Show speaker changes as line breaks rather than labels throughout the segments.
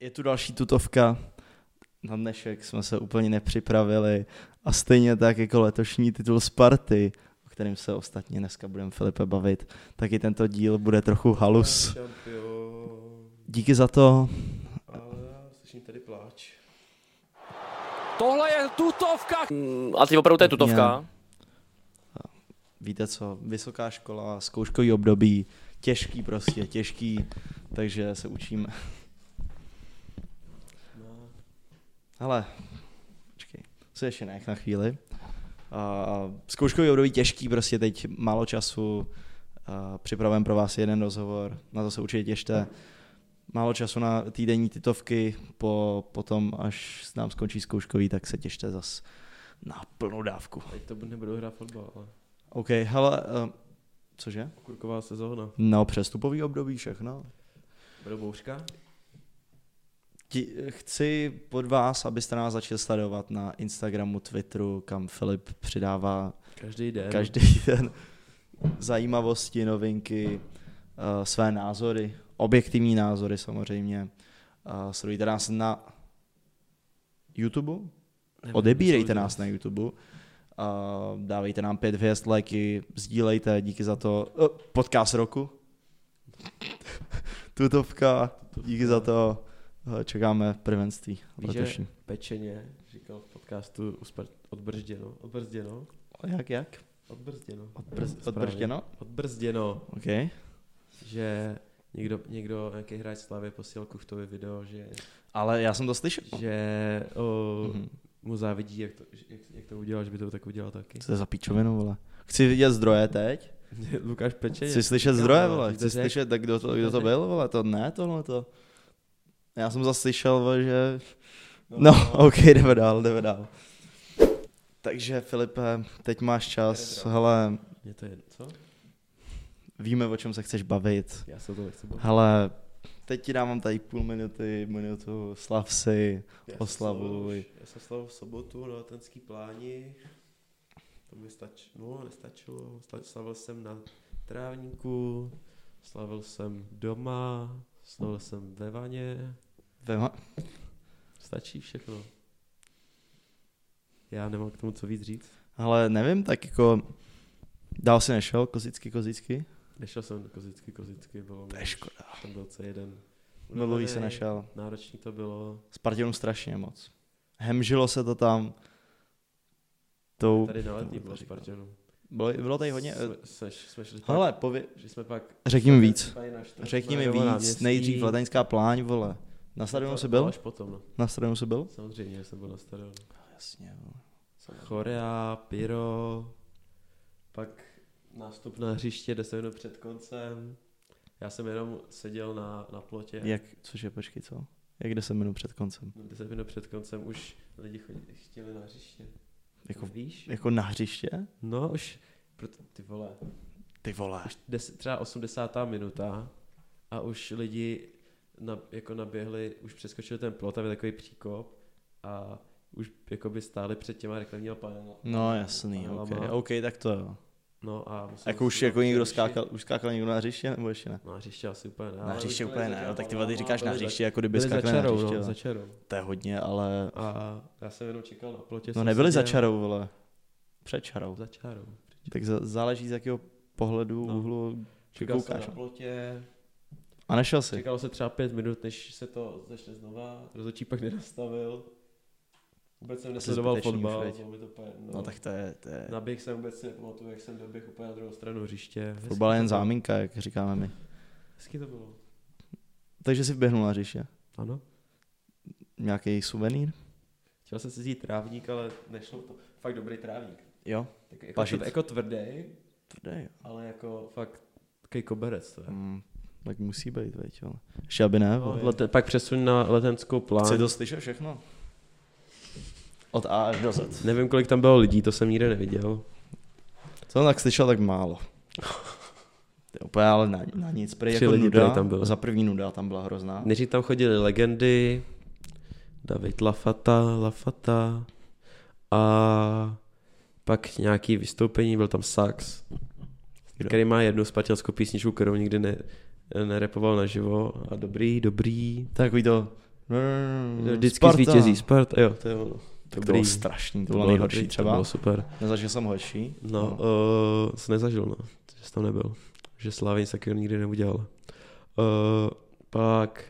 Je tu další tutovka. Na dnešek jsme se úplně nepřipravili a stejně tak jako letošní titul Sparty, o kterém se ostatně dneska budeme Filipe bavit, tak i tento díl bude trochu halus. Díky za to.
Ale slyším tady pláč.
Tohle je tutovka.
A Mm, ty opravdu to je tutovka.
Víte co, vysoká škola, zkouškový období, těžký prostě, těžký, takže se učíme.
No,
Hele, počkej, se ještě nech na chvíli. Uh, zkouškový období těžký, prostě teď málo času, uh, připravujeme pro vás jeden rozhovor, na to se určitě těšte. Málo času na týdenní titovky, po, potom až nám skončí zkouškový, tak se těšte zas na plnou dávku.
teď to nebudou hrát fotbal, ale
OK, hele, uh, cože?
kurková sezóna.
No, přestupový období všechno.
Budou bouřka?
Ti, chci pod vás, abyste nás začali sledovat na Instagramu, Twitteru, kam Filip přidává
Každý den.
každý den zajímavosti, novinky, eh, své názory, objektivní názory samozřejmě. Eh, Sledujte nás na YouTube,
Nevím,
odebírejte
co
nás na YouTube, eh, dávejte nám pět hvězd, lajky, sdílejte, díky za to. Eh, Podcast roku. Tutovka, díky za to. Eh, Čekáme prvenství
Víš, že-
letošní.
Pečeně, říkal v podcastu u Spart- odbrzděno, odbrzděno,
Jak, jak?
odbrzděno,
Odbrz,
Správně.
odbrzděno?
odbrzděno,
OK.
že někdo, někdo nějaký hráč Slavy posílal Kuchtovi video, že,
Ale já jsem to slyšel.
že o,
Mhm.
mu závidí, jak to, jak, jak to udělal, že by to tak udělal taky.
Co to je za píčovinu, vole? Chci vidět zdroje teď.
Lukáš Pečeně.
Chci slyšet
Říkám,
zdroje,
no,
vole.
ty
Chci
to řek.
slyšet, tak kdo to, kdo to byl, vole. To ne, tohle to. Já jsem zase slyšel, vole, že... No, ok, jdeme dál, jdeme dál. Takže, Filipe, teď máš čas, hele,
Mě to je, co?
víme, o čem se chceš bavit.
Já se o to nechci bavit.
Hele, teď ti dávám tady půl minuty, minutu, slav si.
Já
Oslavuj.
jsem slavil už- Já jsem slavil v sobotu na Latenský pláni. To mi stačilo, no, nestačilo. Sta- Slavil jsem na trávníku, slavil jsem doma, slavil jsem ve vaně.
Vema-
Stačí všechno. Já nemám k tomu co víc říct.
Hele, nevím, tak jako... Dál si nešel, kozicky, kozicky?
Nešel jsem jako do kozicky, kozicky, bylo
To
mi
je
už-
škoda.
jsem byl C1.
Mluví se
Unavený,
našel.
Náročný to bylo.
Spartanu strašně moc. Hemžilo se to tam. Tou...
Tady na letní
to
no. bylo
říkal.
Spartanu.
Bylo, bylo tady hodně... eh,
Jsme, jsme, jsme šli tak,
Hele, pově...
že jsme pak...
řekni mi
jsme
víc.
tady na čtvrt-
Řekni mi
na
víc.
náměstí.
Nejdřív Leteňská pláň, vole. Na stadionu
To-
jsi
to
byl?
Až potom, no.
Na stadionu jsi byl?
Samozřejmě, že jsem byl na stadionu.
Jasně,
Chorea, Pyro, pak nástup na hřiště 10 minut před koncem. Já jsem jenom seděl na, na plotě.
Jak, cože, počkej, co? Jak 10 minut před koncem?
10 minut před koncem už lidi chodili, chtěli na hřiště.
Jako,
Víš?
jako na hřiště?
No už, proto, ty vole,
Ty vole.
Des, třeba 80. minuta a už lidi na, jako naběhli, už přeskočili ten plot, tam je takový příkop a už jako by stáli před těma reklamníma panelama.
No jasný, ok,
panelama.
ok, tak to jo.
No a musel
Jako už
jsem
jako
na
někdo
hřiště-
skákal, už skákal někdo na hřiště, nebo ještě ne?
Na No, hřiště asi úplně ne.
Na
ale
hřiště
byli
úplně
za
ne, no,
těma
tak ty vole, ty
panelama,
říkáš na
byli za-
hřiště, jako kdyby
Byli za
skákali na
čarou,
hřiště.
no, za
vole.
čarou.
To je hodně, ale
A já jsem jenom čekal na plotě.
No
jsem
nebyli za
seděl-
čarou, vole. Před čarou.
Za čarou.
Tak za, záleží z jakého pohledu, no.
No.
úhlu
Čekal jsem
koukáš.
na plotě,
A nešel si.
čekalo se třeba pět minut, než se to začne znova. Rozhodčí pak nenastavil. Vůbec jsem nesledoval
zbytečný už,
fotbal,
veď.
bylo mi to úplně, no.
No tak to je, to je
Naběh jsem vůbec si nepamatuju, jak jsem doběh úplně na druhou stranu hřiště. Hezky
fotbal je
to
jen
bylo.
záminka, jak říkáme my.
Hezky to bylo.
Takže si vběhnul na hřiště.
Ano.
Nějaký suvenýr?
Chtěl jsem si vzít trávník, ale nešlo to. Fakt dobrý trávník.
Jo.
Tak jako,
Pažit.
tv- jako tvrdý,
Tvrdý, jo.
ale jako fakt takový koberec to je.
Hmm, tak musí být, veď, ale. Ještě aby ne,
No,
vole.
lete, pak přesun na letenskou plán.
Chci to slyšet všechno. Od A až do Z.
Nevím, kolik tam bylo lidí, to jsem nikde neviděl.
Co jsem tak slyšel, tak málo. To je úplně ale na, na nic. Prý
Tři
jako
lidi
nuda,
prý tam bylo.
Za první nuda tam byla hrozná.
Nejdřív tam chodili legendy, David Lafata, Lafata a pak nějaký vystoupení, byl tam Sax,
Kdo?
který má jednu spartielskou písničku, kterou nikdy ne, nerepoval naživo a dobrý, dobrý.
Takový to
Vždycky
Mm, Sparta.
zvítězí Sparta, jo, to je ono.
Tak to
Dobrý.
bylo strašný, to
bylo
bylo nejhorší
dobrý,
třeba.
To bylo super.
Nezažil jsem horší.
No, no. Uh, jsi nezažil, no. Že jsi tam nebyl. Že Slavín se taky nikdy neudělal. Uh, pak,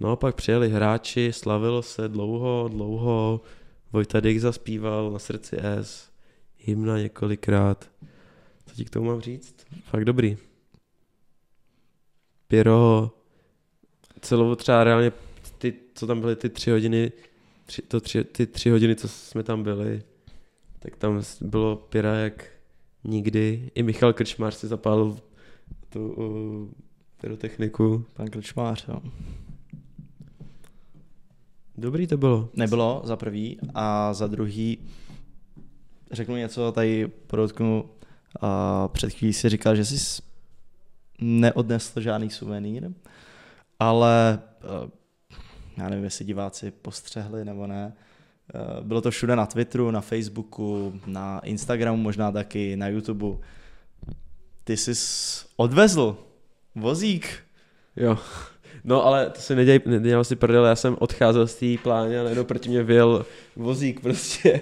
no, pak přijeli hráči, slavilo se dlouho, dlouho. Vojta Dyk zaspíval na srdci S. Hymna několikrát. Co ti k tomu mám říct? Fakt dobrý. Pěro, celou třeba reálně ty, co tam byly ty tři hodiny, tři, to tři, ty tři hodiny, co jsme tam byli, tak tam s- bylo pěra jak nikdy. I Michal Krčmář si zapálil tu uh, pyrotechniku.
Pan Krčmář, jo.
Dobrý to bylo.
Nebylo za prvý a za druhý řeknu něco, tady podotknu. A před chvílí si říkal, že jsi neodnesl žádný suvenýr, ale eh, já nevím, jestli diváci postřehli nebo ne. Eh, Bylo to všude na Twitteru, na Facebooku, na Instagramu možná taky, na YouTubeu. Ty jsi odvezl vozík.
Jo. No ale to si nedělal, nedělal si prdel, já jsem odcházel z té pláně a najednou proti mě vyjel vozík prostě.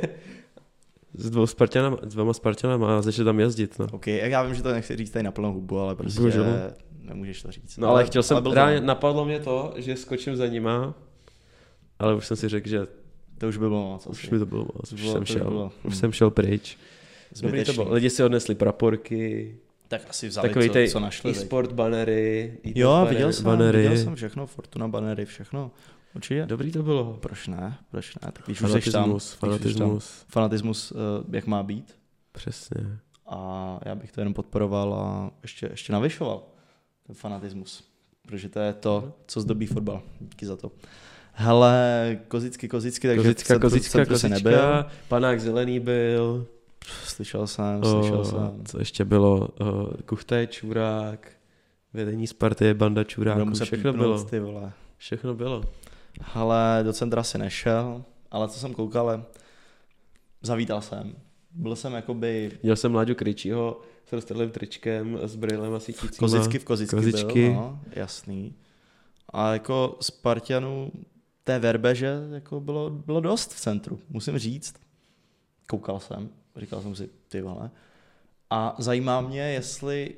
S dvou Spartanama, s dvěma Spartanama a začal tam jezdit, no.
OK, já vím, že to nechci říct tady na plnou hubu, ale prostě
Bože.
nemůžeš to říct.
No ale chtěl jsem,
byl to-
reálně napadlo mě to, že skočím za nima, ale už jsem si řekl, že
To už by bylo moc.
už
asi.
mi to bylo moc, už
Bylo-
jsem
to už
šel,
bylo.
už jsem šel pryč. Dobrý to
Zbytečný.
bylo. Lidi si odnesli praporky,
Tak asi vzali,
takový
co,
ty
co našli. veď.
e-sport banery. e-test
jo,
banery,
viděl jsem,
banery.
viděl jsem všechno, Fortuna, banery, všechno. Určitě.
Dobrý to bylo.
Proč ne? Proč ne? Tak když už seš tam,
Fanatismus,
když už seš tam.
fanatismus,
Fanatismus, eh, jak má být.
přesně.
A já bych to jenom podporoval a ještě, ještě navyšoval ten fanatismus. Protože to je
Mhm.
to, co zdobí fotbal. Díky za to. Hele, kozicky, kozicky, takže v
Kozická,
centru-
kozická,
centru si nebyl.
kozická, panák zelený byl.
Slyšel jsem,
O,
slyšel jsem.
Co ještě bylo? O, Kuchtaj, Čurák, vedení Sparty, banda Čuráků,
Budu muset
všechno
pípnout,
bylo.
Ty vole.
Všechno bylo.
Ale do centra si nešel, ale co jsem koukal, zavítal jsem. Byl jsem jakoby
Měl jsem Láďu Kryčího s roztrhlým tričkem, s brýlem a
v
sítícíma.
kozicky v kozicky
Kozičky.
byl, no, jasný. A jako Spartianů té verbeže jako bylo, bylo dost v centru, musím říct. Koukal jsem, říkal jsem si, ty vole. A zajímá mě, jestli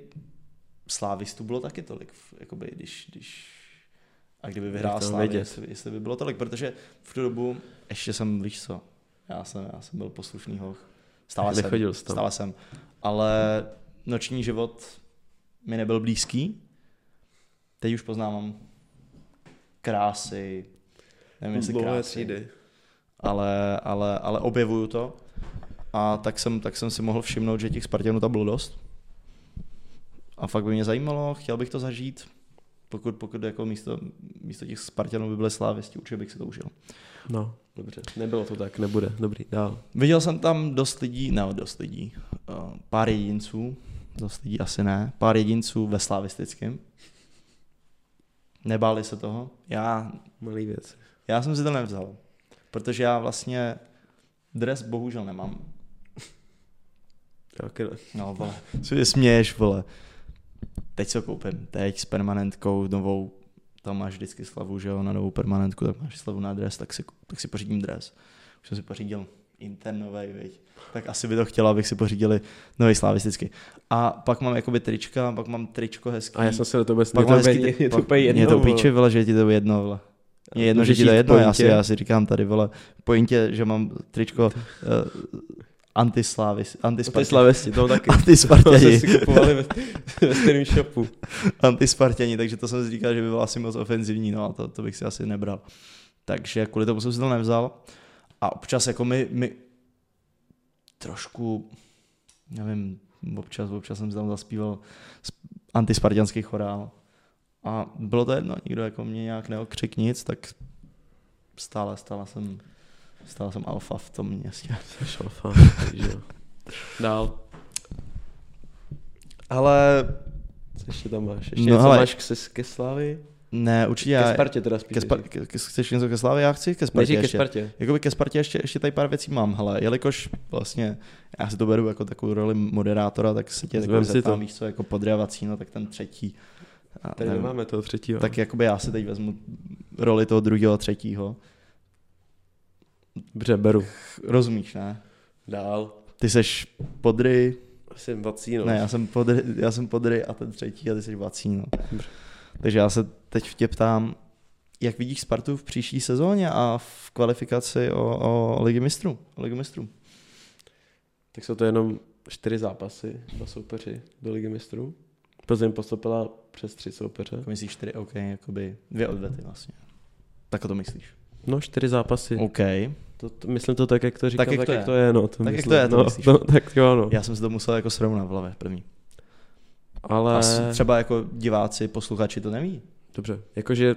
slávistů bylo taky tolik, v- jakoby, když, když a kdyby vyhrál
to
Slávy,
vědět?
jestli, jestli, by bylo tolik, protože v tu dobu, ještě jsem, víš co, já jsem, já jsem byl poslušný hoch. Stále
Nechodil jsi
jsem,
tam.
stále jsem. Ale noční život mi nebyl blízký. Teď už poznávám krásy, nevím jestli
Dlouhé
krásy,
třídy.
ale, ale, ale objevuju to. A tak jsem, tak jsem si mohl všimnout, že těch Spartanů tam bylo dost. A fakt by mě zajímalo, chtěl bych to zažít. Pokud, pokud jako místo, místo těch Spartanů by byly slávisti, určitě bych si to užil.
No, dobře. Nebylo to tak, nebude. Dobrý, dál.
Viděl jsem tam dost lidí, ne dost lidí, eh, pár jedinců, dost lidí asi ne, pár jedinců ve slavistickém. Nebáli se toho. Já,
Malý věc.
já jsem si to nevzal, protože já vlastně dres bohužel nemám.
Tak, no.
No, vole. Co je směješ, vole. Teď co koupím? Teď s permanentkou novou, tam máš vždycky slavu, že jo, na novou permanentku, tak máš slavu na dres, tak si, tak si pořídím dres. Už jsem si pořídil internovej, viď. Tak asi by to chtěla, abych si pořídili nový slavisticky. A pak mám jakoby trička, pak mám tričko hezký.
A já jsem se do toho vůbec
pak
mě to
hezký
úplně-
tri-
mě to
pak-
úplně jedno.
Mě to
vole.
píči, vole, že je ti to jedno, vole. Mě je jedno, že
Můžeš
ti to
jít
je
k
jedno, já si,
pointě.
já si říkám tady, vole, pointě, že mám tričko uh, antislávy,
Ty
antispartě,
slavesti, to no, taky. To jsme
antispartěni,
si kupovali ve, ve stejném shopu.
antispartěni, takže to jsem si říkal, že by bylo asi moc ofenzivní, no a to, to bych si asi nebral. Takže kvůli tomu jsem si to nevzal. A občas jako mi, mi trošku, nevím, občas, občas jsem si tam zaspíval s- antispartianský chorál. A bylo to jedno, nikdo jako mě nějak neokřik nic, tak stále, stále jsem, stále jsem alfa v tom městě.
Šalfa, takže jo. Dál.
Ale
Co ještě tam máš? Ještě
No
něco
hele.
máš ke, ke Slavi?
ne, určitě
Ke
já,
Spartě teda spíš.
ke, Spar- ke, ke, chceš něco ke Slávě? Já chci ke Spartě
Neřík ke
ještě.
Spartě.
Jakoby ke Spartě ještě, ještě tady pár věcí mám, hele, jelikož vlastně já si to beru jako takovou roli moderátora, tak se tě
Vem
takový
si
zeptám,
to.
víš co, jako podrjavací, no tak ten třetí A
Tady
nevím.
nemáme toho třetího.
Tak jakoby já si teď vezmu roli toho druhého a třetího.
břeberu.
Rozumíš, ne?
Dál.
Ty seš podry,
Jsem vacíno.
ne, já jsem podry, já jsem podry a ten třetí a ty seš vacíno. Takže já se teď tě ptám, jak vidíš Spartu v příští sezóně a v kvalifikaci o, o Ligy mistrů? O Ligy mistrů.
Tak jsou to jenom čtyři zápasy, dva soupeři do Ligy mistrů. Plzeň postoupila přes tři soupeře.
Jako Myslíš čtyři, OK, jakoby dvě odvety vlastně. Tak to myslíš.
No, čtyři zápasy.
OK.
To, to, myslím to tak, jak to říkám, tak, jak, tak to jak to je. No, to
jak
myslím.
to je, to
no,
myslíš.
no, tak jo, no.
Já jsem si to musel jako srovnat v hlavě první.
Ale...
Asi třeba jako diváci, posluchači to neví.
Dobře, jakože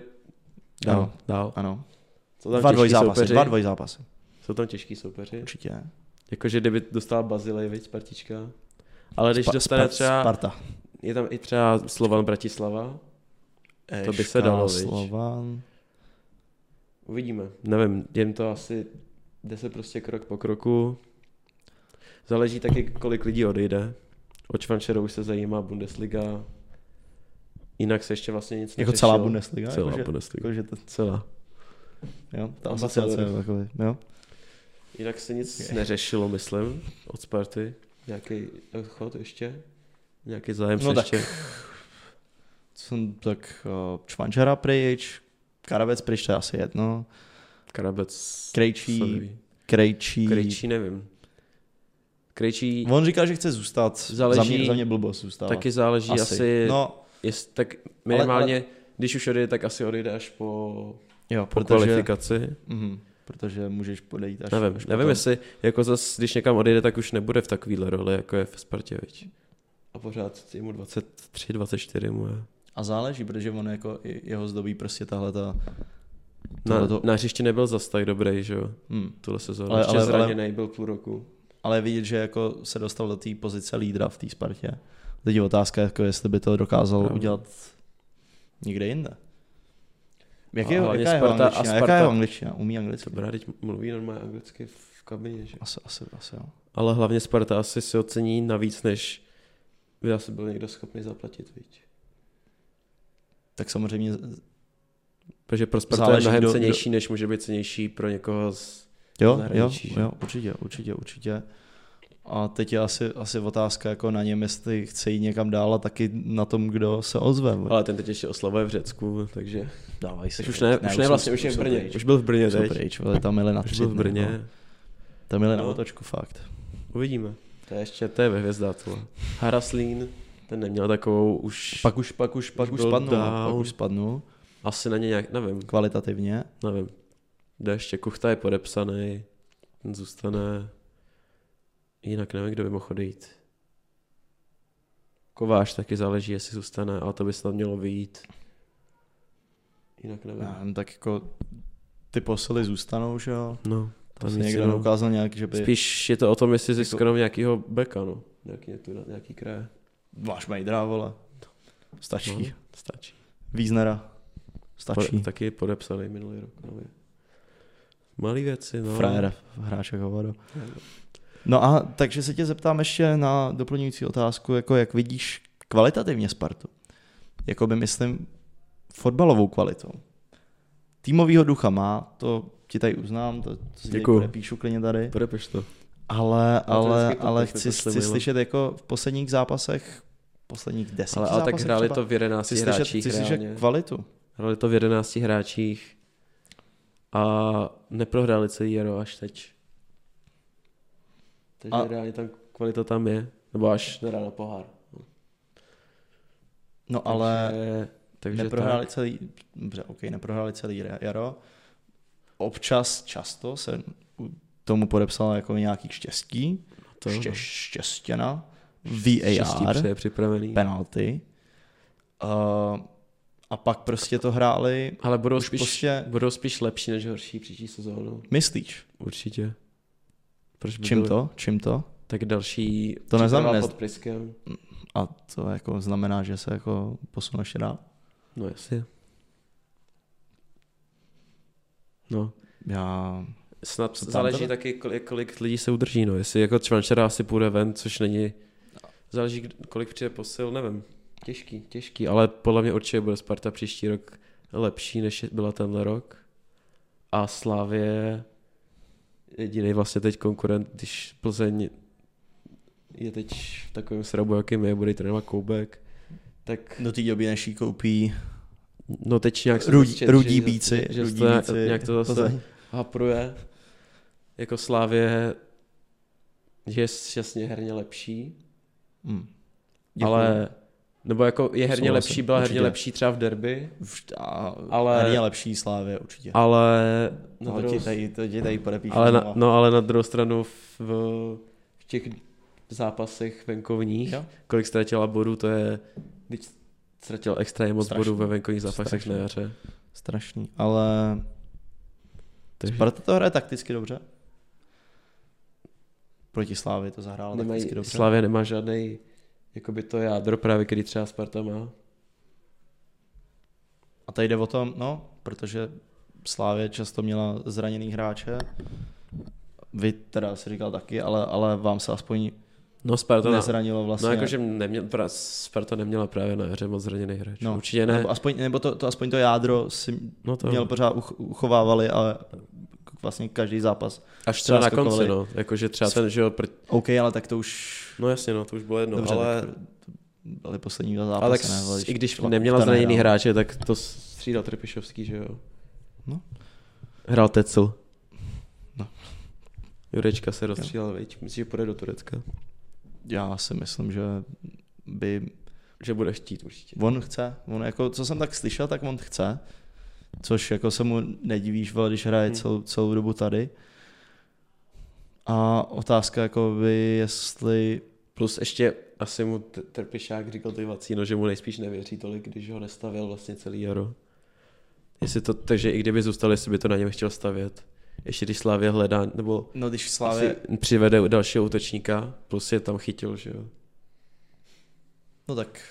dál,
Ano.
dál.
Ano.
Jsou tam
Dva
těžký
dvojzápasy,
soupeři.
dva dvojzápasy.
Jsou tam těžký soupeři.
Určitě.
Jakože kdyby dostala Bazilej, viď, partička. Ale když
Spa-
dostane
Spar-
třeba,
Sparta.
je tam i třeba Slovan Bratislava, To by se dalo, viď?
Slovan.
uvidíme. Nevím, jen to asi jde se prostě krok po kroku. Záleží taky, kolik lidí odejde. O Čvančerou už se zajímá Bundesliga. Jinak se ještě vlastně nic
Jako
neřešilo.
celá Bundesliga.
Celá
jakože,
Bundesliga.
Jakože to,
Celá.
jo, ta
Ambasador.
asociace. Takový, jo.
Jinak se nic
Ok.
neřešilo, myslím, od Sparty. Nějaký chod ještě? Nějaký zájem
No
no
tak.
ještě?
Jsem tak uh, Čvančara pryč, Karavec pryč, to je asi jedno.
Karabec.
Krejčí.
se neví.
Krejčí.
Krejčí nevím. Krejčí
On říkal, že chce zůstat. Záleží. Za
Záleží-
mě, za mě blbost zůstává.
taky záleží asi, asi no,
No,
jest, tak minimálně, ale, ale... když už odejde, tak asi odejde až po,
jo,
po
protože,
kvalifikaci.
mhm, protože můžeš podejít až...
Nevím,
až
nevím
potom.
jestli, jako zas, když někam odejde, tak už nebude v takovýhle roli, jako je v Spartě, viď? A pořád je mu 23, 24 mu je.
A záleží, protože on jako i- jeho zdobí prostě tahle ta...
Na,
Tohleto-
na hřiště nebyl zas tak dobrý, že jo,
Hm.
tuhle sezónu.
Ale-
Ale, Ještě
ale-
ale,
ale-
zraněný byl půl roku.
Ale je vidět, že jako se dostal do té pozice lídra v té Spartě. Teď je otázka, jako jestli by to dokázal
Pravda.
udělat někde jinde. Jak
A
je, jaká,
hlavně
je jeho
Sparta a
angličtina? jaká
Sparta-
je jeho angličtina? Umí anglicky?
Dobrá, teď mluví normálně anglicky v kabině, že?
Asi, asi, asi jo.
Ale hlavně Sparta asi si ocení navíc, než by asi byl někdo schopný zaplatit, viď?
Tak samozřejmě
Protože pro Spartu
Záleží,
je mnohem
kdo-
cenější, než může být cenější pro někoho z...
Jo, jo,
zahraničí, že?
jo, určitě, určitě, určitě. A teď je asi, asi otázka jako na něm, jestli chce jít někam dál a taky na tom, kdo se ozve. vole.
Ale ten teď ještě oslavuje v Řecku, takže...
Dávaj si.
Takže už ne, už ne vlastně, už je v Brně. Už byl v Brně
Už jsou
teď.
pryč, ale tam jeli na
Už
tři
byl v
dny, no.
Brně.
Tam jeli na
No.
otočku, fakt.
Uvidíme. To je ještě, to je ve hvězdách tohle. Haraslín, ten neměl takovou už...
Pak už, pak už, pak už
byl
spadnul, no, pak
down.
už spadnul
Asi na ně nějak, nevím,
kvalitativně.
nevím. Jde ještě, Kuchta je podepsaný, ten zůstane... Jinak nevím, kdo by mohl odejít. Kováš taky záleží, jestli zůstane, ale to by snad mělo vyjít. Jinak nevím.
Já nevím, tak jako ty posily zůstanou, že jo.
No,
Tam
tam
se
nic
někdo
jiného.
neukázal nějak, že by...
Spíš je to o tom,
Jako-
jestli získanou nějakýho beka, no. Nějaký, tu, nějaký kraje.
Máš mejdra, vole. Stačí.
No, stačí.
Víznera. Stačí.
Pod, taky podepsaný minulý rok. Nově. Malý věci, no.
Frajer, hráče hovado. No a takže se tě zeptám ještě na doplňující otázku, jako jak vidíš kvalitativně Spartu. Jako by myslím fotbalovou kvalitou. Týmovýho ducha má, to ti tady uznám, to, to si
Děkuju.
tady píšu klidně tady.
Podepeš to.
Ale,
to
ale,
hezky to
ale
pěkně
chci,
poslali,
chci
Milo.
slyšet jako v posledních zápasech, posledních deseti
Ale, ale
zápasech
tak hráli
třeba,
to v 11
chci slyšet,
hráčích.
chci slyšet
reálně.
kvalitu.
Hráli to v 11 hráčích a neprohráli celý jaro až teď. Takže
A-
a... reálně tam kvalita tam je. Nebo až nedá na pohár.
No ale
takže, takže
neprohráli
tak.
celý, dobře, OK, neprohráli celý ra- jaro. Občas, často se u- tomu podepsalo jako nějaký štěstí,
to,
Ště, štěstěna,
Štěstí
VAR,
přeje připravený.
penalty. Uh, a pak prostě to hráli,
Ale budou
Už
spíš,
prostě-
budou spíš lepší než horší příští sezónu.
myslíš,
Určitě. Proč by
čím
byli-
to, čím to?
Tak další
To neznamená-
příprava pod Priskem.
A to jako znamená, že se jako posune ještě dál?
No jasně. No.
Já...
Snad
tam
záleží
teda?
taky, kolik, kolik lidí se udrží.
No.
No. Jestli jako Čvančera asi půjde ven, což není... Záleží, kd- kolik přijde posil, nevím. Těžký, těžký, ale podle mě určitě bude Sparta příští rok lepší, než je- byla tenhle rok. A Slávě jediný vlastně teď konkurent, když Plzeň je teď v takovém srabu, jakým je, bude ji trénovat Koubek, tak
Do té doby, než ji koupí
no teď nějak jsem
rudí,
četl,
rudí
že-
bíci.
že
rudí
to nějak-
bíci
nějak to zase-
Plzeň.
jako hapruje. Jako Slávě je jasně herně lepší,
Hm.
Děkuji. ale nebo jako je herně
Souhlasím,
lepší, byla herně
určitě.
lepší třeba v derby,
Vž- A,
ale-
ale... Herně lepší Slávě určitě.
ale na
No,
druhou,
ti tady, to ti tady podepíšu.
ale na,
znova.
no ale na druhou stranu v, v těch zápasech venkovních,
Jo.
kolik ztratila bodů, to je, když ztratila extrémně moc
Strašný.
bodů ve venkovních zápasech
Strašný.
na jaře.
Strašný, ale
Takže
Sparta to hraje takticky dobře. Proti Slávy to zahrála
nemají,
takticky dobře.
Slavě nemá žádný jakoby to jádro právě, který třeba Sparta má.
A tady jde o tom, no, protože Slávě často měla zraněný hráče. Vy teda si říkal taky, ale, ale vám se aspoň
No Sparta na-
nezranilo vlastně.
No jakože neměl, pra, Sparta neměla právě na hře moc zraněných hráčů. No,
No,
Určitě ne.
Nebo, aspoň, nebo to, to, aspoň to jádro si
No to
měl
měl,
pořád uch, uchovávali, ale vlastně každý zápas.
až třeba na
naskakovali.
konci, no. Jakože třeba ten, že jo, pr...
OK, ale tak to už...
no jasně, no, to už bylo jedno,
dobře,
Dobře, ale,
tak to byly poslední dva zápasy.
ale tak
ne,
s-
ale
i když
Tla-
neměla
Tla
zraněný
nehrál.
hráče, tak to střídal Trpišovský, že jo.
No.
Hrál Tecl.
No.
Jurečka se rozstřídal, veď. Myslím, že půjde do Turecka.
Já si myslím, že by
Že bude chtít určitě.
on chce, on jako, co jsem tak slyšel, tak on chce, což jako se mu nedivíš, vole, když hraje
Hmm.
celou, celou dobu tady. A otázka jako by, jestli
Plus ještě asi mu T- Trpišák říkal ty vacíno, že mu nejspíš nevěří tolik, když ho nestavil vlastně celý jaro. Jestli to, takže i kdyby zůstal, jestli by to na něm chtěl stavět. Ještě když Slávě hledá, nebo
No když
Slávě...
Slávě,
asi přivede dalšího útočníka, plus je tam chytil, že jo.
no tak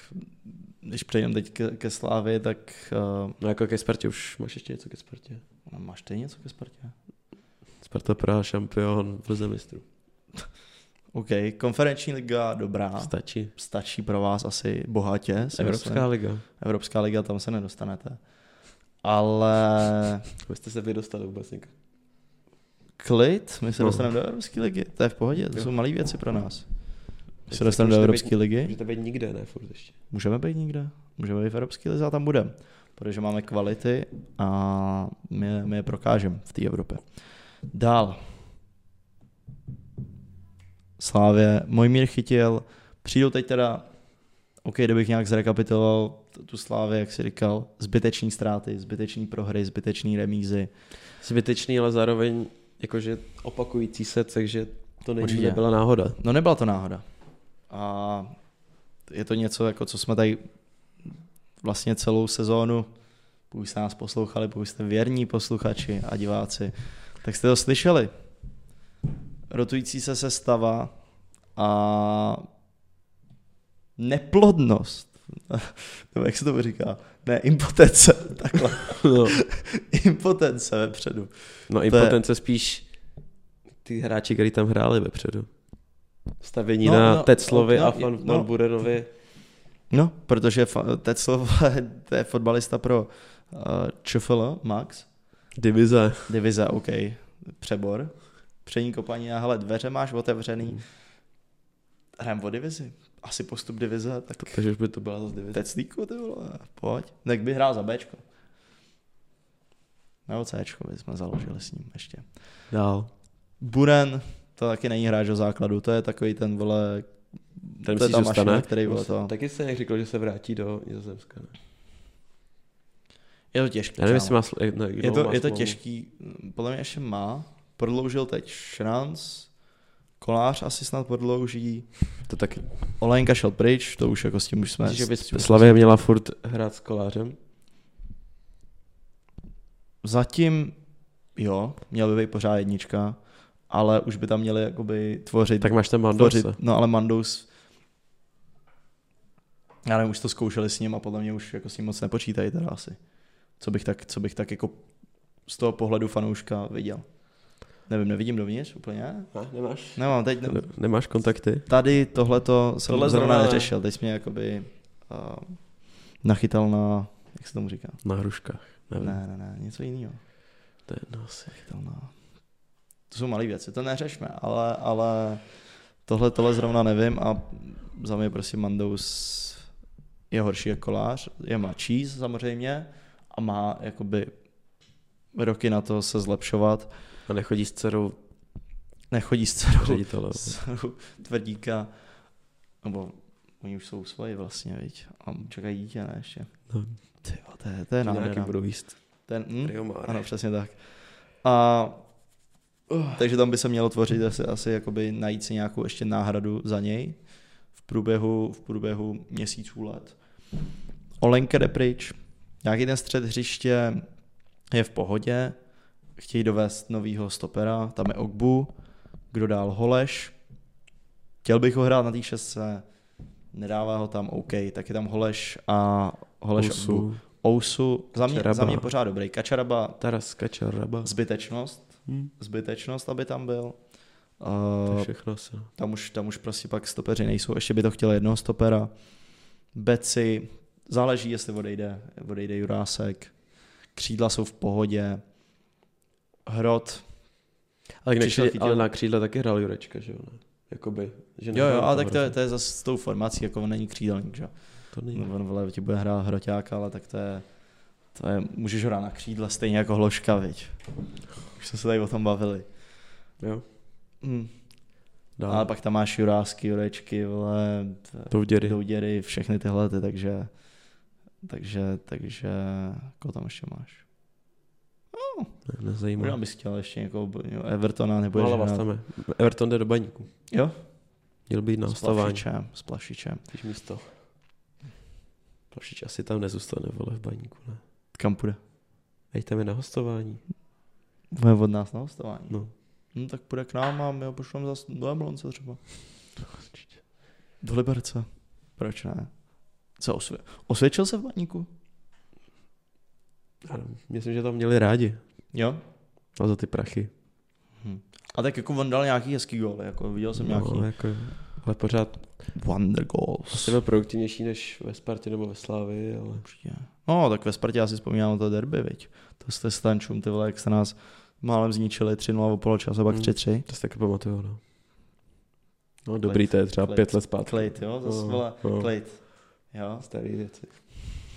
když přejdeme teď ke, ke Slávě, tak uh,
No jako ke Spartě už máš ještě něco ke Spartě.
máš ty něco ke Spartě?
Sparta Praha šampion v Lize mistrů.
OK, konferenční liga
No.
dobrá,
Stačí.
stačí pro vás asi bohatě. si myslím.
Evropská liga.
Evropská liga, tam se nedostanete. Ale
Vy jste se vydostali vůbec někam.
klid, my se
No.
dostaneme do Evropské ligy, to je v pohodě, to
Jo.
jsou malé věci pro nás. My se
Tak
dostaneme do
můžete
Evropské ligy,
Můžete být nikde, ne furt ještě.
můžeme být nikde, můžeme být v Evropské lize a tam budeme, protože máme kvality a my, my je prokážeme v té Evropě. Dál. Slávě, Mojmír chytil, přijdou teď teda, OK, kdybych nějak zrekapituloval t- tu Slávě, jak si říkal, zbyteční ztráty, zbyteční prohry, zbyteční remízy,
Zbytečný, ale zároveň jakože opakující se, takže to není,
Určitě.
nebyla náhoda.
No nebyla to náhoda. A je to něco, jako co jsme tady vlastně celou sezónu, pokud jste nás poslouchali, pokud jste věrní posluchači a diváci, tak jste to slyšeli. Rotující se sestava a neplodnost. Nebo jak se to říká? Ne, impotence. Takhle.
No,
impotence vepředu.
no impotence spíš ty hráči, kteří tam hráli vepředu. Stavění no,
No,
na no,
no,
Teclovi
no,
a fan,
no.
no, Burenovi.
No, protože fa- Tecl, vole, to je fotbalista pro uh, ČFL, Max,
Divize.
divize, OK, přebor, přední kopaní a hele, dveře máš otevřený, hrám o divizi, asi postup divize, tak
To, takže už by to byla zase divize.
Teclíku, ty vole, pojď, tak by hrál za Bčko. Nebo Cčko bychom založili s ním ještě.
Dál.
Buren, to taky není hráč do základu, to je takový ten, vole,
Ten
to je
myslíš,
ta
že
mašina,
stane?
který byl to.
Taky se nějak říkal, že se vrátí do Nizozemska. Ne?
Je to těžké.
Já nevím,
kámo.
jestli má, sl- ne,
Je
dlouho
to,
má
je to
smlouvu.
těžký, podle mě ještě má. Prodloužil teď Šranc, Kolář asi snad prodlouží,
To taky.
Olenka šel pryč, to už jako s tím už jsme...
Že by Slavě měla furt hrát s kolářem.
Zatím, jo, měl by být pořád jednička, ale už by tam měli jakoby tvořit...
Tak eh? máš tam
tvořit
Mandorse.
no ale Mandous... Já nevím, už to zkoušeli s ním a podle mě už jako s ním moc nepočítají teda asi. Co bych tak, co bych tak jako z toho pohledu fanouška viděl. Nevím, nevidím dovnitř úplně.
Ne, nemáš?
Nemám, No, teď,
Ne, nemáš kontakty?
Tady tohleto jsem
Tohle
Tohle zrovna
zrovna ne.
neřešil, teď jsi mě jakoby a, nachytal na, jak se tomu říká?
Na hruškách. Nevím. Ne.
Ne, ne, ne, něco jiného.
To je jedno asi.
Chytal na... To jsou malé věci, to neřešme, ale, ale tohle, tohle zrovna nevím a za mě prostě Mandous je horší jak kolář, je mladší samozřejmě a má jakoby roky na to se zlepšovat.
A nechodí s dcerou
Nechodí s dcerou
ředitele.
dceru tvrdíka, nebo oni už jsou svoji vlastně, viď? A čekají dítě, ne ještě.
No.
Ty, jo, to je, to je
Nějaký
nádhera.
budou jíst.
Ten, hm?
Riomáry.
Ano, přesně tak. A, takže tam by se mělo tvořit asi, asi jakoby najít si nějakou ještě náhradu za něj v průběhu, v průběhu měsíců let. Olenka jde pryč, nějaký ten střed hřiště je v pohodě, chtějí dovést novýho stopera, tam je Ogbu, kdo dál Holeš, chtěl bych ho hrát na té šestce, nedává ho tam OK, tak je tam Holeš a Holeš Ogbu.
Usu,
Ousu, za mě,
Kačaraba.
za mě pořád dobrý. Kačaraba,
Taras Kačaraba.
zbytečnost,
Hm.
zbytečnost, aby tam byl.
To je
Uh,
všechno asi. no.
tam, už, tam už prostě pak stopeři nejsou, ještě by to chtěl jednoho stopera. Beci, záleží, jestli odejde, odejde Jurásek. Křídla jsou v pohodě. Hrot,
Ale, na
Přišel,
křídle,
chytil.
ale na křídle taky hrál Jurečka, že jo? Ne? Jakoby. Že
jo, jo,
nehrál
ale tak to je,
hrozně.
to je zase s tou formací, jako on není křídelník, že? jo.
To není.
No, on vole, ti bude hrát hroťák, ale tak to je, to je, můžeš ho hrát na křídle stejně jako hložka, viď? Už jsme se tady o tom bavili.
Jo.
Hmm.
Dál.
Ale pak tam máš Jurásky, Jurečky, vole,
Douděry.
Douděry, všechny tyhle, ty, takže, takže, takže, koho tam ještě máš?
Ne, nezajímá.
Možná bys chtěl ještě někoho, jo, Evertona, nebo
No, Ale vás tam je. Everton jde do baníku.
Jo?
Měl být na
S
hostování.
Plašičem, s Plašičem.
Když místo. Plašič asi tam nezůstane, vole, v baníku, ne?
Kam půjde?
Ej, tam je na hostování.
Bude od nás na hostování.
No.
No, tak půjde k nám a my ho pošleme zase do Jablonce třeba. Do Liberce. Proč ne? Co osvě... Osvědčil se v baníku?
Ano, myslím, že tam měli rádi.
Jo?
A za ty prachy.
A tak jako on dal nějaký hezký gól, jako viděl jsem nějaký
No, jako, ale pořád
wonder goals.
asi byl produktivnější než ve Spartě nebo ve Slávi, ale
Určitě. No, tak ve Spartě já si vzpomínám na to derby, viď. To jste s Tančům, ty vole, jak se nás málem zničili 3-0 o poločase, pak
Hmm.
3-3.
to si taky pamatuju, no. No dobrý, to je třeba
Klid.
pět let zpátky.
Klejt, jo, zase
No,
vole,
no.
klejt. Jo,
Starý věci.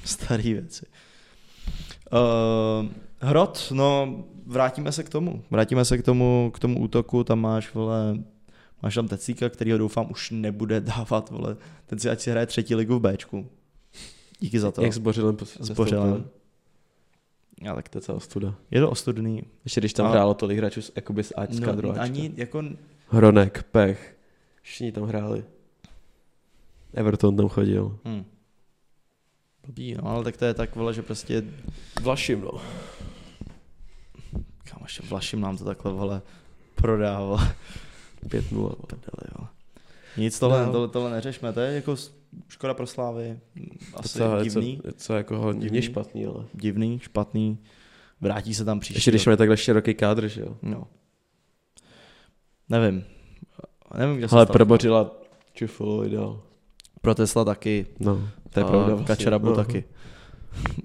starý věci. Uh, hrot, no, vrátíme se k tomu. Vrátíme se k tomu, k tomu útoku, tam máš, vole, máš tam Tecíka, kterýho doufám už nebude dávat, vole, ten si ať si hraje třetí ligu v Bčku. Díky za to.
Jak s Bořilem pos-
S Bořilem.
nastoupili.
Já, tak
To je celá studa.
je to ostudný.
Ještě když tam
A-
hrálo tolik hráčů z, jakoby z Ačka, no, druháčka.
ani jako
Hronek, Pech. Všichni tam hráli. Everton tam chodil.
Hmm. Blbý, no, ale tak to je tak, vole, že prostě,
Vlašim, no.
kam ještě vlašim nám to takhle, vole, prodá, vole.
5-0.
Prdele, vole. Nic tohle,
No.
tohle, tohle neřešme, to je jako s- škoda pro Slávy, asi
co,
divný,
Co, co jako hodně
Divný.
divný. špatný, ale.
divný, špatný, vrátí se tam příští
Ještě když
rok.
máme takhle široký kádr, že jo.
No. Nevím, nevím, kde se
Ale
stalo.
probořila čufolo ideál.
pro Tesla taky,
No, to je
A
pravda. Vlastně.
Kačerabu
no.
taky.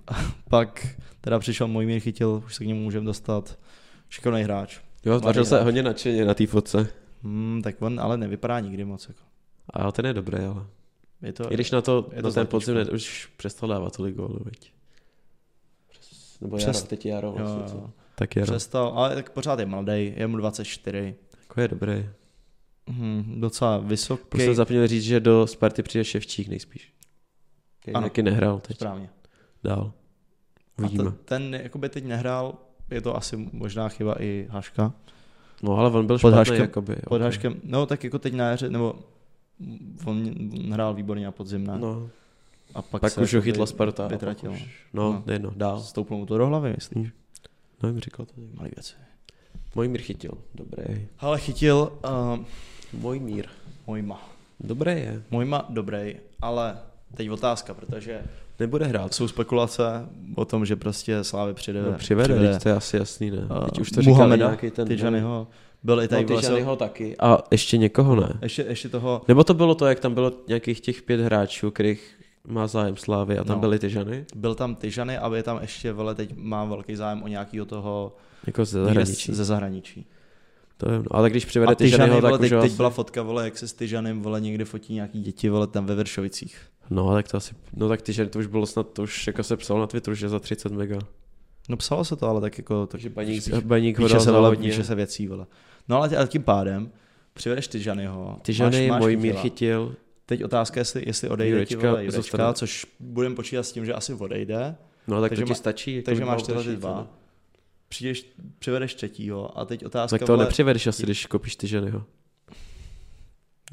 A pak teda přišel Mojmír Chytil, už se k němu můžeme dostat, šikovný hráč.
Jo, tvářil
Mladý
se
hráč.
hodně nadšeně na té fotce.
Hmm, tak on ale nevypadá nikdy moc. Jako.
A jo, ten je dobrý, ale.
Je to,
I když na No, to,
je to
na ten
zlatíčko.
podzim ne, už přestal dávat tolik gólů, veď. Přes- Nebo
Přes-
jaro, teď je jaro
jo,
vlastně,
jo,
co?
jo.
Tak jaro. Přes...
přestal, ale tak pořád je mladý, je mu 24.
Jako je dobrý.
Hmm, docela vysoký.
Prostě jsem zapomněl říct, že do Sparty přijde Ševčík nejspíš. Který
Ano.
ano. taky nehrál teď.
Správně.
Dál. Uvidíme.
A ten, ten jakoby teď nehrál, je to asi možná chyba i Haška.
No ale on byl
Pod
špatný,
Haškem-
jakoby.
Pod
ok.
Haškem, no tak jako teď na jaře, nebo on, on hrál výborně na podzim, ne?
No,
a pak,
pak
se
už ho
jakoby
chytla Sparta. a pak
Vytratil.
už- No,
No.
no. jedno, dál.
Stouplo mu to do hlavy, myslím.
Nevím, říkal to někdo.
Malý věci.
Mojmír chytil. Dobré.
Ale chytil uh,
Mojmír.
Mojma.
Dobré je.
Mojma dobrý, ale teď otázka, protože
Nebude hrát.
Jsou spekulace o tom, že prostě Slávy přijde.
No, přivede, přivede. to je asi jasný, ne?
eh,
Teď už to říkal
Muhameda,
nějaký ten...
Tijaniho, byl i tady
no,
no,
Tyžanyho taky. A ještě někoho ne.
ještě, ještě toho,
Nebo to bylo to, jak tam bylo nějakých těch pět hráčů, kterých Má zájem Slávy a tam
No.
byly ty ženy?
Byl tam Tyžany a je tam ještě, vele, teď mám velký zájem o nějakého toho
Jako ze
někde
zahraničí.
z- ze zahraničí.
To je, no, ale když přivede
A
ty ženy,
Tyžany,
ho, tak
vole,
už
teď,
ho
teď
asi-
byla fotka, vole, jak se s Tyžanem, vole, někde fotí nějaký děti, vole, tam ve Veršovicích.
No, tak to asi, no tak ty ženy, to už bylo snad, to už jako se psalo na Twitteru, že za 30 mega.
No psalo se to, ale tak jako... Tak
Takže baník, baník ho
píše,
dal
se,
za
vole,
hodně.
píše se věcí, vole. No ale, ale tím pádem přivedeš Tyžanyho.
Ty ženy, můj mír
Chytila.
chytil.
Teď otázka, jestli, jestli odejde Jurečka, ti,
Jurečka
vole, Jurečka
zůstane.
což budeme počítat s tím, že asi odejde.
No tak
Takže
takže to ti
ma-
stačí. jako
takže
by
máš
bylo
tyhle ty
další, co
dva.
ne?
Přijdeš, přivedeš třetího a teď otázka,
Tak to
vole,
nepřivedeš asi, když kopíš ty ženy, jo.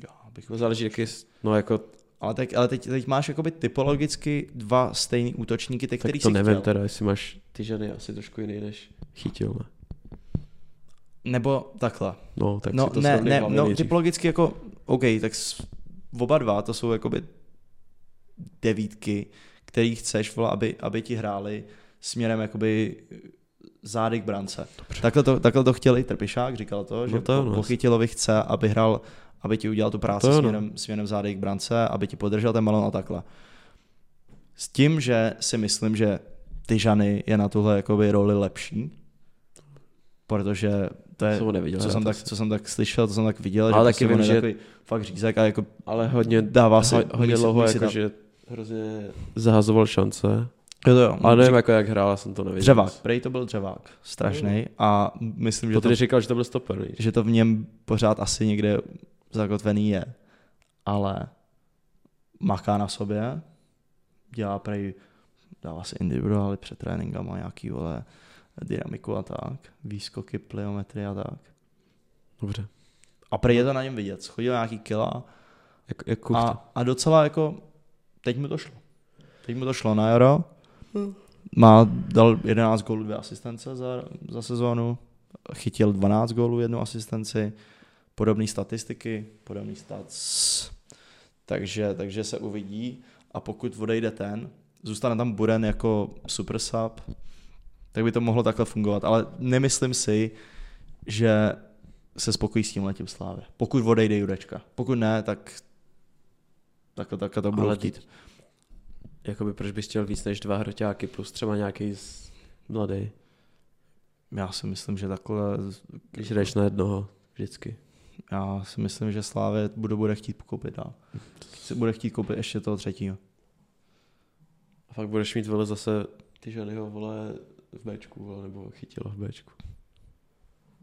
Jo, abych-
No záleží, jaký, jsi- no jako, tak
ale, tak, ale teď, teď máš jakoby typologicky dva stejný útočníky, ty, který
to
jsi
nevím
chtěl.
teda, jestli máš ty ženy asi trošku jiný než chytil, ne?
Nebo takhle.
No, tak
no,
si to
ne,
srovnej
ne,
hlavně
no,
nejdřív.
typologicky jako, OK, tak s- oba dva to jsou jakoby devítky, který chceš, vole, aby, aby ti hráli směrem jakoby zády k brance. Takhle to, takhle to chtěl i Trpišák, říkal to, že
to
to
jo,
po,
no.
Pochytilovi chce, aby hrál, aby ti udělal tu práci
To jo, no.
směrem, směrem zády k brance, aby ti podržel ten balon a takhle. S tím, že si myslím, že Tyžany je na tuhle jakoby roli lepší, protože to je,
Jsem ho neviděl
co,
hrát
jsem tak,
asi.
co jsem tak slyšel, co jsem tak viděl,
Ale
že
taky
prostě on
vím,
je
že-
takový fakt řízek a jako
Ale hodně,
dává si,
ho, hodně
umí si-
dlouho,
umí si No,
jako,
dát-
že hrozně zahazoval šance.
Jo, to jo,
Ale nevím,
Řík-
jako jak hrál, já jsem to neviděl.
Dřevák, prej to byl dřevák,
Hmm.
strašný a myslím, že
To
to,
tedy říkal, že to byl stoper, víš?
že to v něm pořád asi někde zakotvený je, ale maká na sobě, dělá prej, dává si individuály před tréninkama, nějaký vole dynamiku a tak, výskoky, pliometry a tak.
Dobře.
A prej je to na něm vidět, schodil nějaký kila,
Jak, jak kuchta.
A, a docela jako, teď mu to šlo. Teď mu to šlo na jaro. Má, dal 11 gólů, dvě asistence za, za sezónu. Chytil 12 gólů, jednu asistenci. Podobné statistiky, podobný stats. Takže, takže se uvidí. A pokud odejde ten, zůstane tam Buren jako super sub, tak by to mohlo takhle fungovat. Ale nemyslím si, že se spokojí s tím letím slávy. Pokud odejde Jurečka. Pokud ne, tak tak, tak to budou
Ale
chtít.
Jakoby proč bys chtěl víc než dva hroťáky plus třeba nějaký z... mladý,
Já si myslím, že takhle,
když jdeš na jednoho vždycky.
já si myslím, že Slávě bude, bude chtít koupit dál. Si bude chtít koupit ještě toho třetího.
A fakt budeš mít vole zase ty žanyho vole v Bčku, vole, nebo chytilo v Bčku.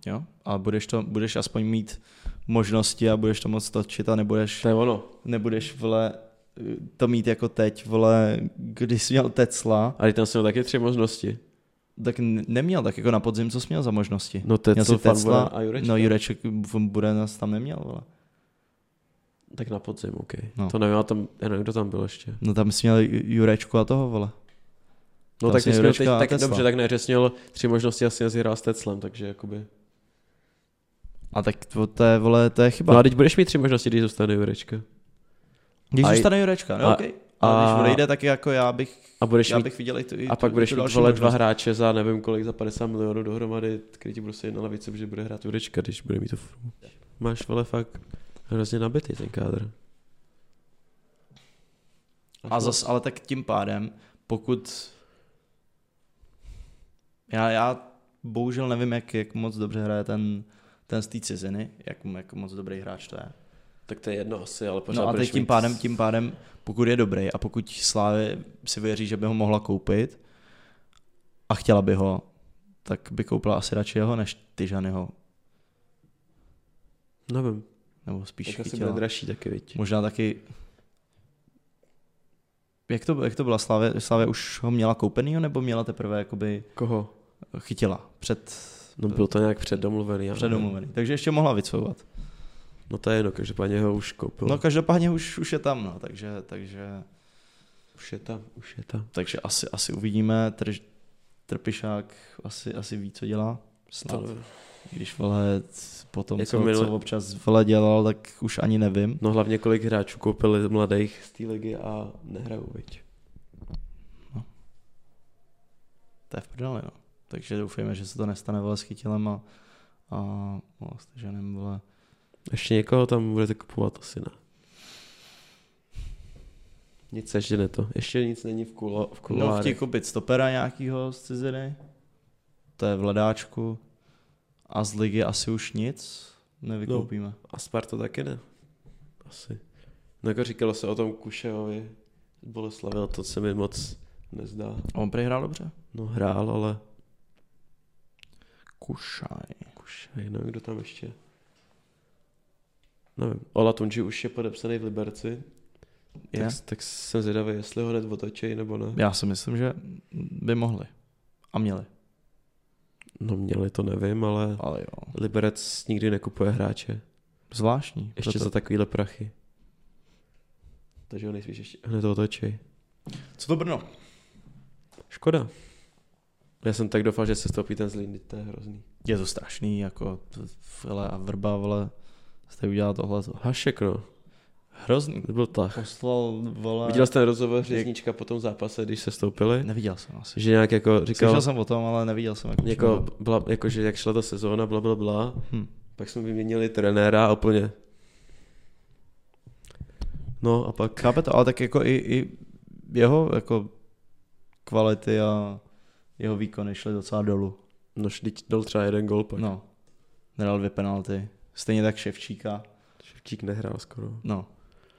Jo? A budeš, to, budeš aspoň mít možnosti a budeš to moc točit a nebudeš,
To je ono.
nebudeš vole, to mít jako teď, vole, když jsi měl Tecla,
Ale tam jsou taky tři možnosti.
tak n- neměl, tak jako na podzim, co jsi měl za možnosti?
No to
měl
je co
jsi
Tesla
Tecla,
a Jurečka.
no Jureček bude nás tam neměl, vole.
Tak na podzim, OK.
No.
No. To nevím, ale tam, já nevím, kdo tam byl ještě.
No tam jsi měl Jurečku a toho, vole.
No
Tam
tak
si
ty jsi měl teď,
Jurečka a
tak
Tesla.
dobře, tak neřes měl tři možnosti asi nezhrál s Teclem, takže jakoby.
A tak to, to je, vole, to je chyba.
No a teď budeš mít tři možnosti, když zůstane Jurečka.
Když
A-
zůstane Jurečka, no
a-
okay. Ale když
a-
odejde, tak jako já bych,
A budeš
já
mít
bych viděl i tu, i
A
tu-
pak
tu
budeš mít
další
vole dva
možnost.
hráče za nevím kolik, za 50 milionů dohromady, který ti bude se na lavici, protože bude hrát Jurečka, když bude mít to formu. Máš vole fakt hrozně nabitý ten kádr.
A zas, ale tak tím pádem, pokud... Já, já bohužel nevím, jak, jak moc dobře hraje ten, ten z té ciziny, jak, jak moc dobrý hráč to je.
Tak to je jedno asi, ale pořád
No a
budeš
teď tím
mít-
pádem, tím pádem, pokud je dobrý a pokud Slávy si věří, že by ho mohla koupit a chtěla by ho, tak by koupila asi radši jeho než Tyžanyho,
Nevím,
nebo spíš
tak asi
chtěla.
bude dražší taky, viď.
Možná taky... Jak to, jak to byla Slavě? Slavě už ho měla koupenýho nebo měla teprve jakoby
Koho?
chytila před
No bylo to nějak předdomluvený. já nevím.
předomluvený. Takže ještě mohla vycouvat.
No to je jedno, každopádně ho už koupil.
No každopádně už, už je tam, no, takže, takže,
už je tam, už je tam.
takže asi, asi uvidíme. Tr, trpišák asi, asi ví, co dělá. Snad.
To,
Když vole, c- potom,
Jako
co,
minule-
co občas vole dělal, tak už ani nevím.
no hlavně kolik hráčů koupili mladých z té ligy a nehrajou, viď.
To je v prdeli, no. Takže doufejme, že se to nestane vole s chytilem a, a vole, s Tyžanem, vole,
Ještě někoho tam budete kupovat asi ne. Nic ještě ne to. Ještě nic není v, kulo, v
No,
kuloárech.
chtějí koupit stopera nějakýho z ciziny. To je v ledáčku. A z ligy asi už nic nevykoupíme. No.
A Sparta taky ne. Asi. No jako říkalo se o tom Kušeovi, Boleslavě, a to se mi moc nezdá.
On prehrál dobře.
No hrál, ale
Kušaj.
Kušej, no kdo tam ještě? Nevím, Ola Tunči už je podepsaný v Liberci,
Je?
tak, tak jsem zvědavý, jestli ho hned otočej nebo ne.
Já si myslím, že by mohli. A měli.
No měli to nevím, ale
Ale jo.
Liberec nikdy nekupuje hráče.
Zvláštní.
Ještě
Proto-
za takovýhle prachy. Takže ho nejspíš ještě hned otočej.
Co to Brno?
Škoda. Já jsem tak doufal, že se stoupí ten zlín, vždyť to je hrozný.
Je to strašný, jako t- vole a vrba, vole, jste udělal tohle.
Hašek, no.
Hrozný.
To byl tah.
Poslal, vole.
Viděl jsi ten rozhovor řeznička po tom zápase, když se stoupili?
Neviděl jsem asi.
Že nějak jako
Slyšel
říkal,
jsem o tom, ale neviděl jsem. Jako,
jako, byla, jako, že jak šla ta sezóna, bla, bla, bla.
Hm.
Pak jsme vyměnili trenéra a úplně. No a pak,
Chápe to, ale tak jako i, i jeho jako kvality a jeho výkony šly docela dolů.
no šliť, dal třeba jeden gol, pak no.
No. Nedal dvě penalty. Stejně tak Ševčíka.
Ševčík nehrál skoro.
No.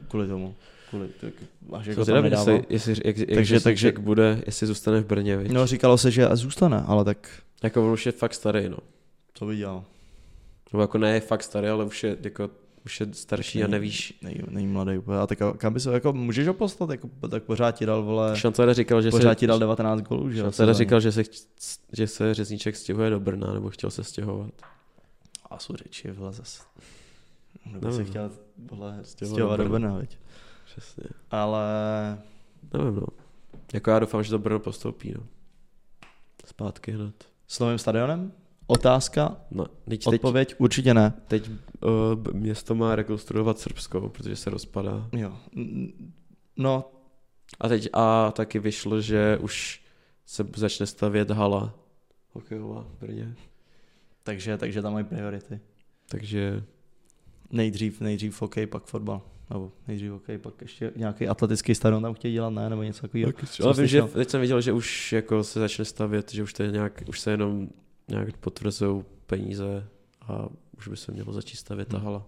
Kvůli tomu. Kvůli, tak, až
Jsem
jako tam
zvědavý,
nedával.
jestli, jestli, jak, jak
Takže-
takže,
takže-
takže, bude, jestli zůstane v Brně, viď?
No, říkalo se, že zůstane, ale tak
Jako on už je fakt starý, no.
to viděl.
Nebo jako ne je fakt starý, ale už je, jako, už je starší a nevíš.
Není, není mladý úplně. A tak kam by se, jako, můžeš ho poslat, jako, tak pořád ti dal, vole,
Šanclera říkal, že
pořád
se,
ti dal 19 gólů, že jo?
Šanclera
sezóně.
říkal, že se, chc- že se Řezníček stěhuje do Brna, nebo chtěl se stěhovat.
A jsou řeči, vole, zase. Kdo by
Nevím,
se
no.
chtěl, vole,
Stěhovat
stěhovat
do
do
Brna.
Brna, viď?
Přesně.
Ale
Nevím, no. Jako já doufám, že to Brno postoupí, no. Zpátky hned.
s novým stadionem? Otázka,
No, teď, teď,
odpověď určitě ne.
teď uh, b- město má rekonstruovat Srbsko, protože se rozpadá.
Jo. Mm, No,
A teď a taky vyšlo, že už se začne stavět hala hokejová v Brně.
takže, takže tam mají priority.
Takže
Nejdřív, nejdřív hokej, pak fotbal. Nebo nejdřív hokej, pak ještě nějaký atletický stadion tam chtějí dělat, ne? Nebo něco takového.
ale vím, že
slyšel.
teď jsem viděl, že už jako se začne stavět, že už to je nějak, už se jenom nějak potvrzují peníze a už by se mělo začít stavět ta
Hmm.
hala.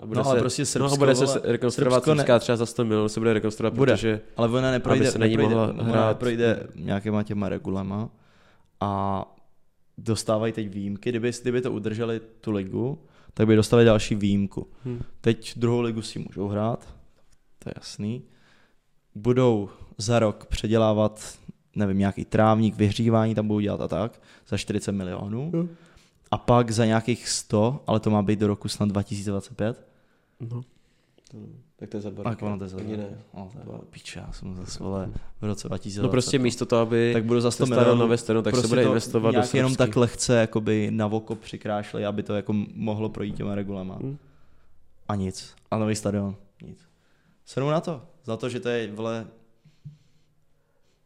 A
No, ale prostě Srbsko,
no, a bude se
vole,
se rekonstruovat
Srbsko ne-
Srbská třeba za 100 milionů se bude rekonstruovat,
Bude.
protože
Ale ona neprojde,
Aby se na ní
neprojde,
mohla
ona
hrát.
neprojde nějakýma těma regulama a dostávají teď výjimky. Kdyby, kdyby to udrželi tu ligu, tak by dostali další výjimku.
hm,
Teď druhou ligu si můžou hrát, to je jasný. Budou za rok předělávat, nevím, nějaký trávník, vyhřívání tam budou dělat a tak, za 40 milionů.
Jo.
A pak za nějakých 100, ale to má být do roku snad 2025.
no. To- tak to je za
A jak
barák.
ono to je za
Ani
rok.
ne.
No, to je
Dva.
Piče, já jsem zase vole v roce 2025.
No prostě místo toho, aby
tak budu za
se
100
stavěl
milionů Prostě
nové stadion, tak se bude
to
investovat do
nějak jenom
Srbsky.
tak lehce jakoby na oko přikrášli, aby to jako mohlo projít těma regulama.
Hm.
A nic. A nový stadion. Nic. Srnu na to. Za to, že to je, vole...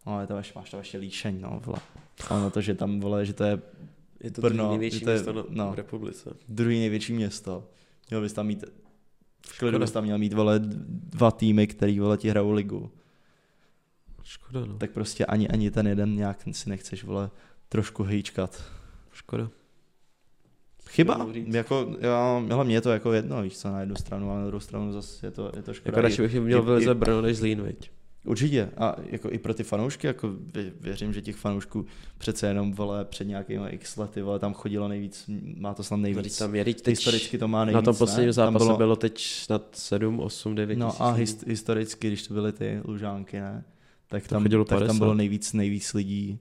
No, je to vaš, máš to vaše líšeň, no, vole. Ale na to, že tam, vole, že to je
Je to
Brno,
Brno, největší
že to je-
město na,
no.
v republice.
druhý největší město. Měl bys tam mít... V klidu
Škoda.
bys tam měl mít, vole, dva týmy, který, vole, ti hrajou ligu.
Škoda, no.
Tak prostě ani, ani ten jeden nějak si nechceš, vole, trošku hejčkat.
Škoda.
Chyba.
Dobrý.
Jako, já, hele, mě je to jako jedno, víš co, na jednu stranu, ale na druhou stranu zase je to, je to škoda.
Jako radši bych jim měl
i-
velice
i-
Brno než Zlín, viď?
Určitě. A jako i pro ty fanoušky, jako vě- věřím, že těch fanoušků přece jenom vole před nějakými x lety, vole tam chodilo nejvíc, má to snad
Nejvíc.
nejvíc.
Tam je, teď
Historicky to má nejvíc,
na tom
ne?
posledním
Tam
zápase bylo... bylo teď snad 7, 8, 9 tisíc
No a
lidí.
hist- historicky, když to byly ty lužánky, ne? Tak
To
tam,
chodilo
tak tam
50.
bylo nejvíc, nejvíc lidí.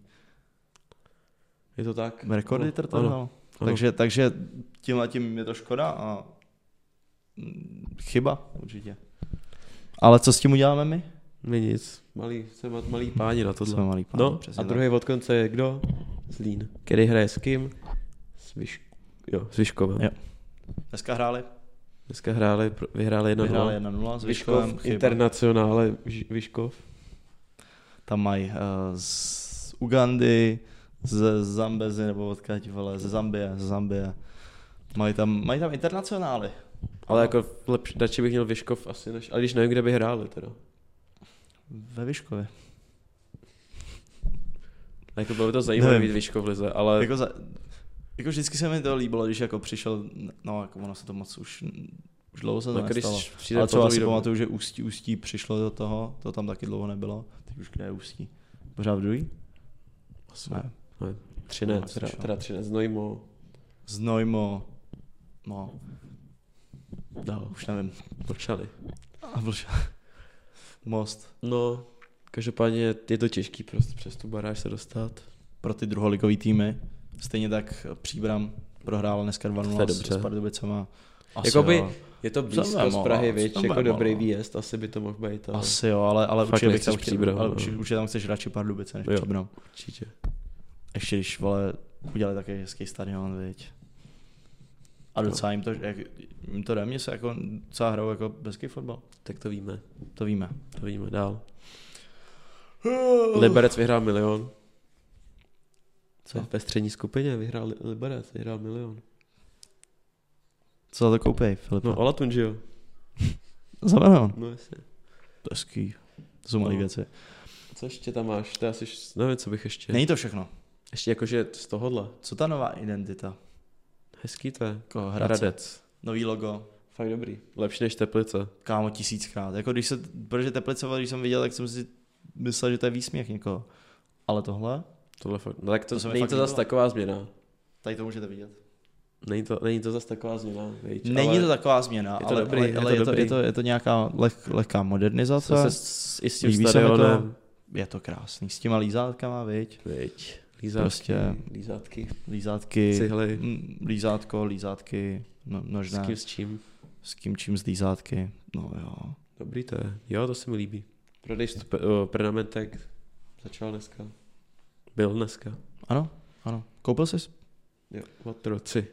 Je to tak? No,
Rekordy no, to
ano,
ano,
ano.
Takže, takže tímhle tím je to škoda a mm, chyba určitě. Ale co s tím uděláme my?
My nic. Malý, jsme malý páni na tohle.
Jsme malý pán,
no
přesně
a
tak.
druhý od konce je kdo? Zlín. Který hraje s kým? S Vyš... Jo, s Vyškovem.
Jo. Dneska hráli,
Dneska hráli, pro- vyhráli 1-0.
vyhráli 1-0 s Vyškovem.
Vyškov,
chyba.
internacionále Vyš- Vyškov.
Tam mají uh, z Ugandy, z Zambezy, nebo odkud vole, ze Zambie, ze Zambie. Mají tam, mají tam internacionály.
Ale jako lepší, radši bych měl Vyškov asi než... A když nevím, kde by hráli teda.
Ve Vyškově.
Jako bylo by to zajímavé
Nevím.
vidět Vyško v lize, ale
Jako, za, jako vždycky se mi to líbilo, když jako přišel, no jako ono se to moc už, už dlouho se to
tak
nestalo.
jako když přijde
Ale
po
třeba
druhý
si
dobu.
pamatuju, že Ústí, Ústí přišlo do toho, to tam taky dlouho nebylo. Teď už kde je Ústí? Pořád v druhý?
Asi
Ne.
13,
No,
teda,
slyšel.
teda 13, Znojmo.
Znojmo. No,
Dál.
už nevím.
Mlčali.
A byl most
No, každopádně je to těžký prostě přes tu baráž se dostat.
pro ty druholigový týmy. Stejně tak Příbram prohrál dneska 2-0
To je
s-
dobře.
s Pardubicema. Asi
Jakoby-
jo.
Je to blízko
Zaujmo,
z Prahy,
no,
viď,
zaujmo,
jako dobrý
no.
výjezd, asi by to mohl být. ale
Asi jo, ale, ale
Fakt
určitě, bych
nechceš
tam chtěl,
Příbram,
ale
no.
určitě, určitě, tam chceš radši Pardubice než
Jo.
Příbram.
Určitě.
Ještě když, vole, udělali také hezký stadion, viď. A
Jo.
docela jim to, jak, jim to jde, mně se jako docela hrajou jako hezký fotbal.
Tak to víme,
To víme.
to víme dál. Oh. Liberec vyhrál milion.
Co?
Ve střední skupině vyhrál Li- Liberec, vyhrál milion.
Co za to koupej, Filipe?
No,
No,
Ola Tunžil.
za milion.
No jasně.
To je ský. To jsou malé
No.
věci.
Co ještě tam máš? To já si š- no, nevím, co bych ještě.
Není to všechno.
Ještě jakože z tohohle.
Co ta nová identita?
Hezký to je.
Jako Hradce.
Hradec.
Nový logo.
Fakt dobrý. Lepší než Teplice.
Kámo, tisíckrát. Jako když se, protože Teplice, vole, když jsem viděl, tak jsem si myslel, že to je výsměch někoho. Ale tohle,
Tohle fakt. No tak to,
To se mi
není
fakt
to zase
líbilo.
taková změna.
tady to můžete vidět.
Není to, není to zase taková změna, viď?
Není to taková změna,
je to
ale,
dobrý,
ale,
je to
ale je, to,
dobrý.
je, to, je to nějaká leh, lehká modernizace.
Co se s, i s tím
Líbí se mi to?
stadionem.
Je to krásný. S těma lízátkama, viď?
Viď. Lízátky.
Prostě-
Lízátky.
Lízátky.
Cihly.
Mm, Lízátko, lízátky, no,
S
nožné.
kým, s čím.
S kým čím z lízátky. No jo.
Dobrý to je. Jo, to se mi líbí. Prodej stup, o, prenamentek začal dneska. Byl dneska.
Ano, ano. Koupil jsi?
Jo, otroci.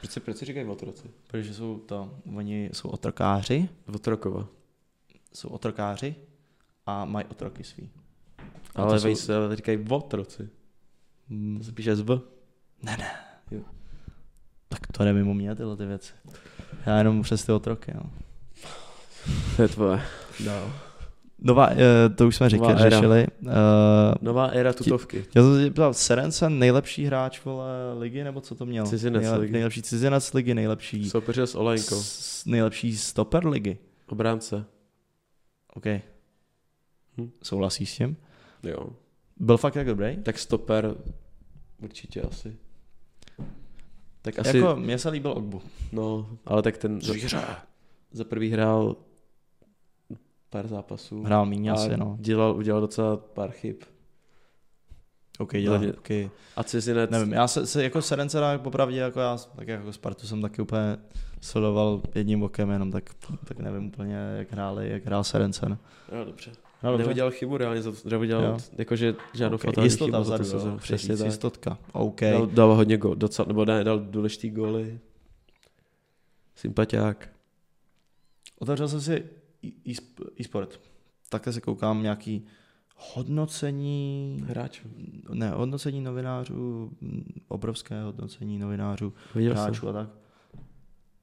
Proč se, proč se říkají otroci?
Protože jsou to, oni jsou otrokáři,
Otrokova.
jsou otrokáři a mají otroky svý. A
Ale
to
oni
jsou-
se ale říkají otroci.
Mm.
To se píše z V.
Tak to jde mimo mě tyhle ty věci. Já jenom přes ty otroky, no. jo.
To je tvoje. No.
Nová, eh, to už jsme
Nová
říkali,
éra.
řešili. eh,
Nová éra tutovky.
Já jsem se tě ptal, Serensen nejlepší hráč vole ligy, nebo co to měl?
Cizinec
Nejle-
ligy.
Nejlepší cizinec ligy, nejlepší,
Soupeřil s Olejnkou.
s, nejlepší stoper ligy.
Obránce.
OK.
Hm.
Souhlasí s tím?
Jo.
Byl fakt tak dobrý?
Tak stoper určitě asi. Tak asi,
Asi... Jako, mně se líbil Ogbu.
no, ale tak ten za, za prvý hrál pár zápasů.
Hrál míň
a
asi, no.
Dělal, udělal docela pár chyb.
OK, dělal
Hlavně-
okay.
A cizinec,
Nevím, já se, se jako Serencena popravdě, jako já, tak jako Spartu jsem taky úplně sledoval jedním okem, jenom tak, tak nevím úplně, jak hráli, jak hrál Serencen.
no, dobře.
Hrál dobře?
Neudělal chybu reálně, za, neudělal
Jo.
jakože žádnou
OK,
okay. fatální chybu
Jistota
za tu
vzadu,
sezonu.
jo,
Přesně tak.
Jistotka. OK.
Dal, dal hodně gol, docela, nebo ne, dal důležitý góly. Sympatiák.
Otevřel jsem si e- e- e-sport. Takhle se koukám nějaký hodnocení,
Hráčů.
ne, hodnocení novinářů, m, obrovské hodnocení novinářů,
Viděl jsem.
hráčů a tak.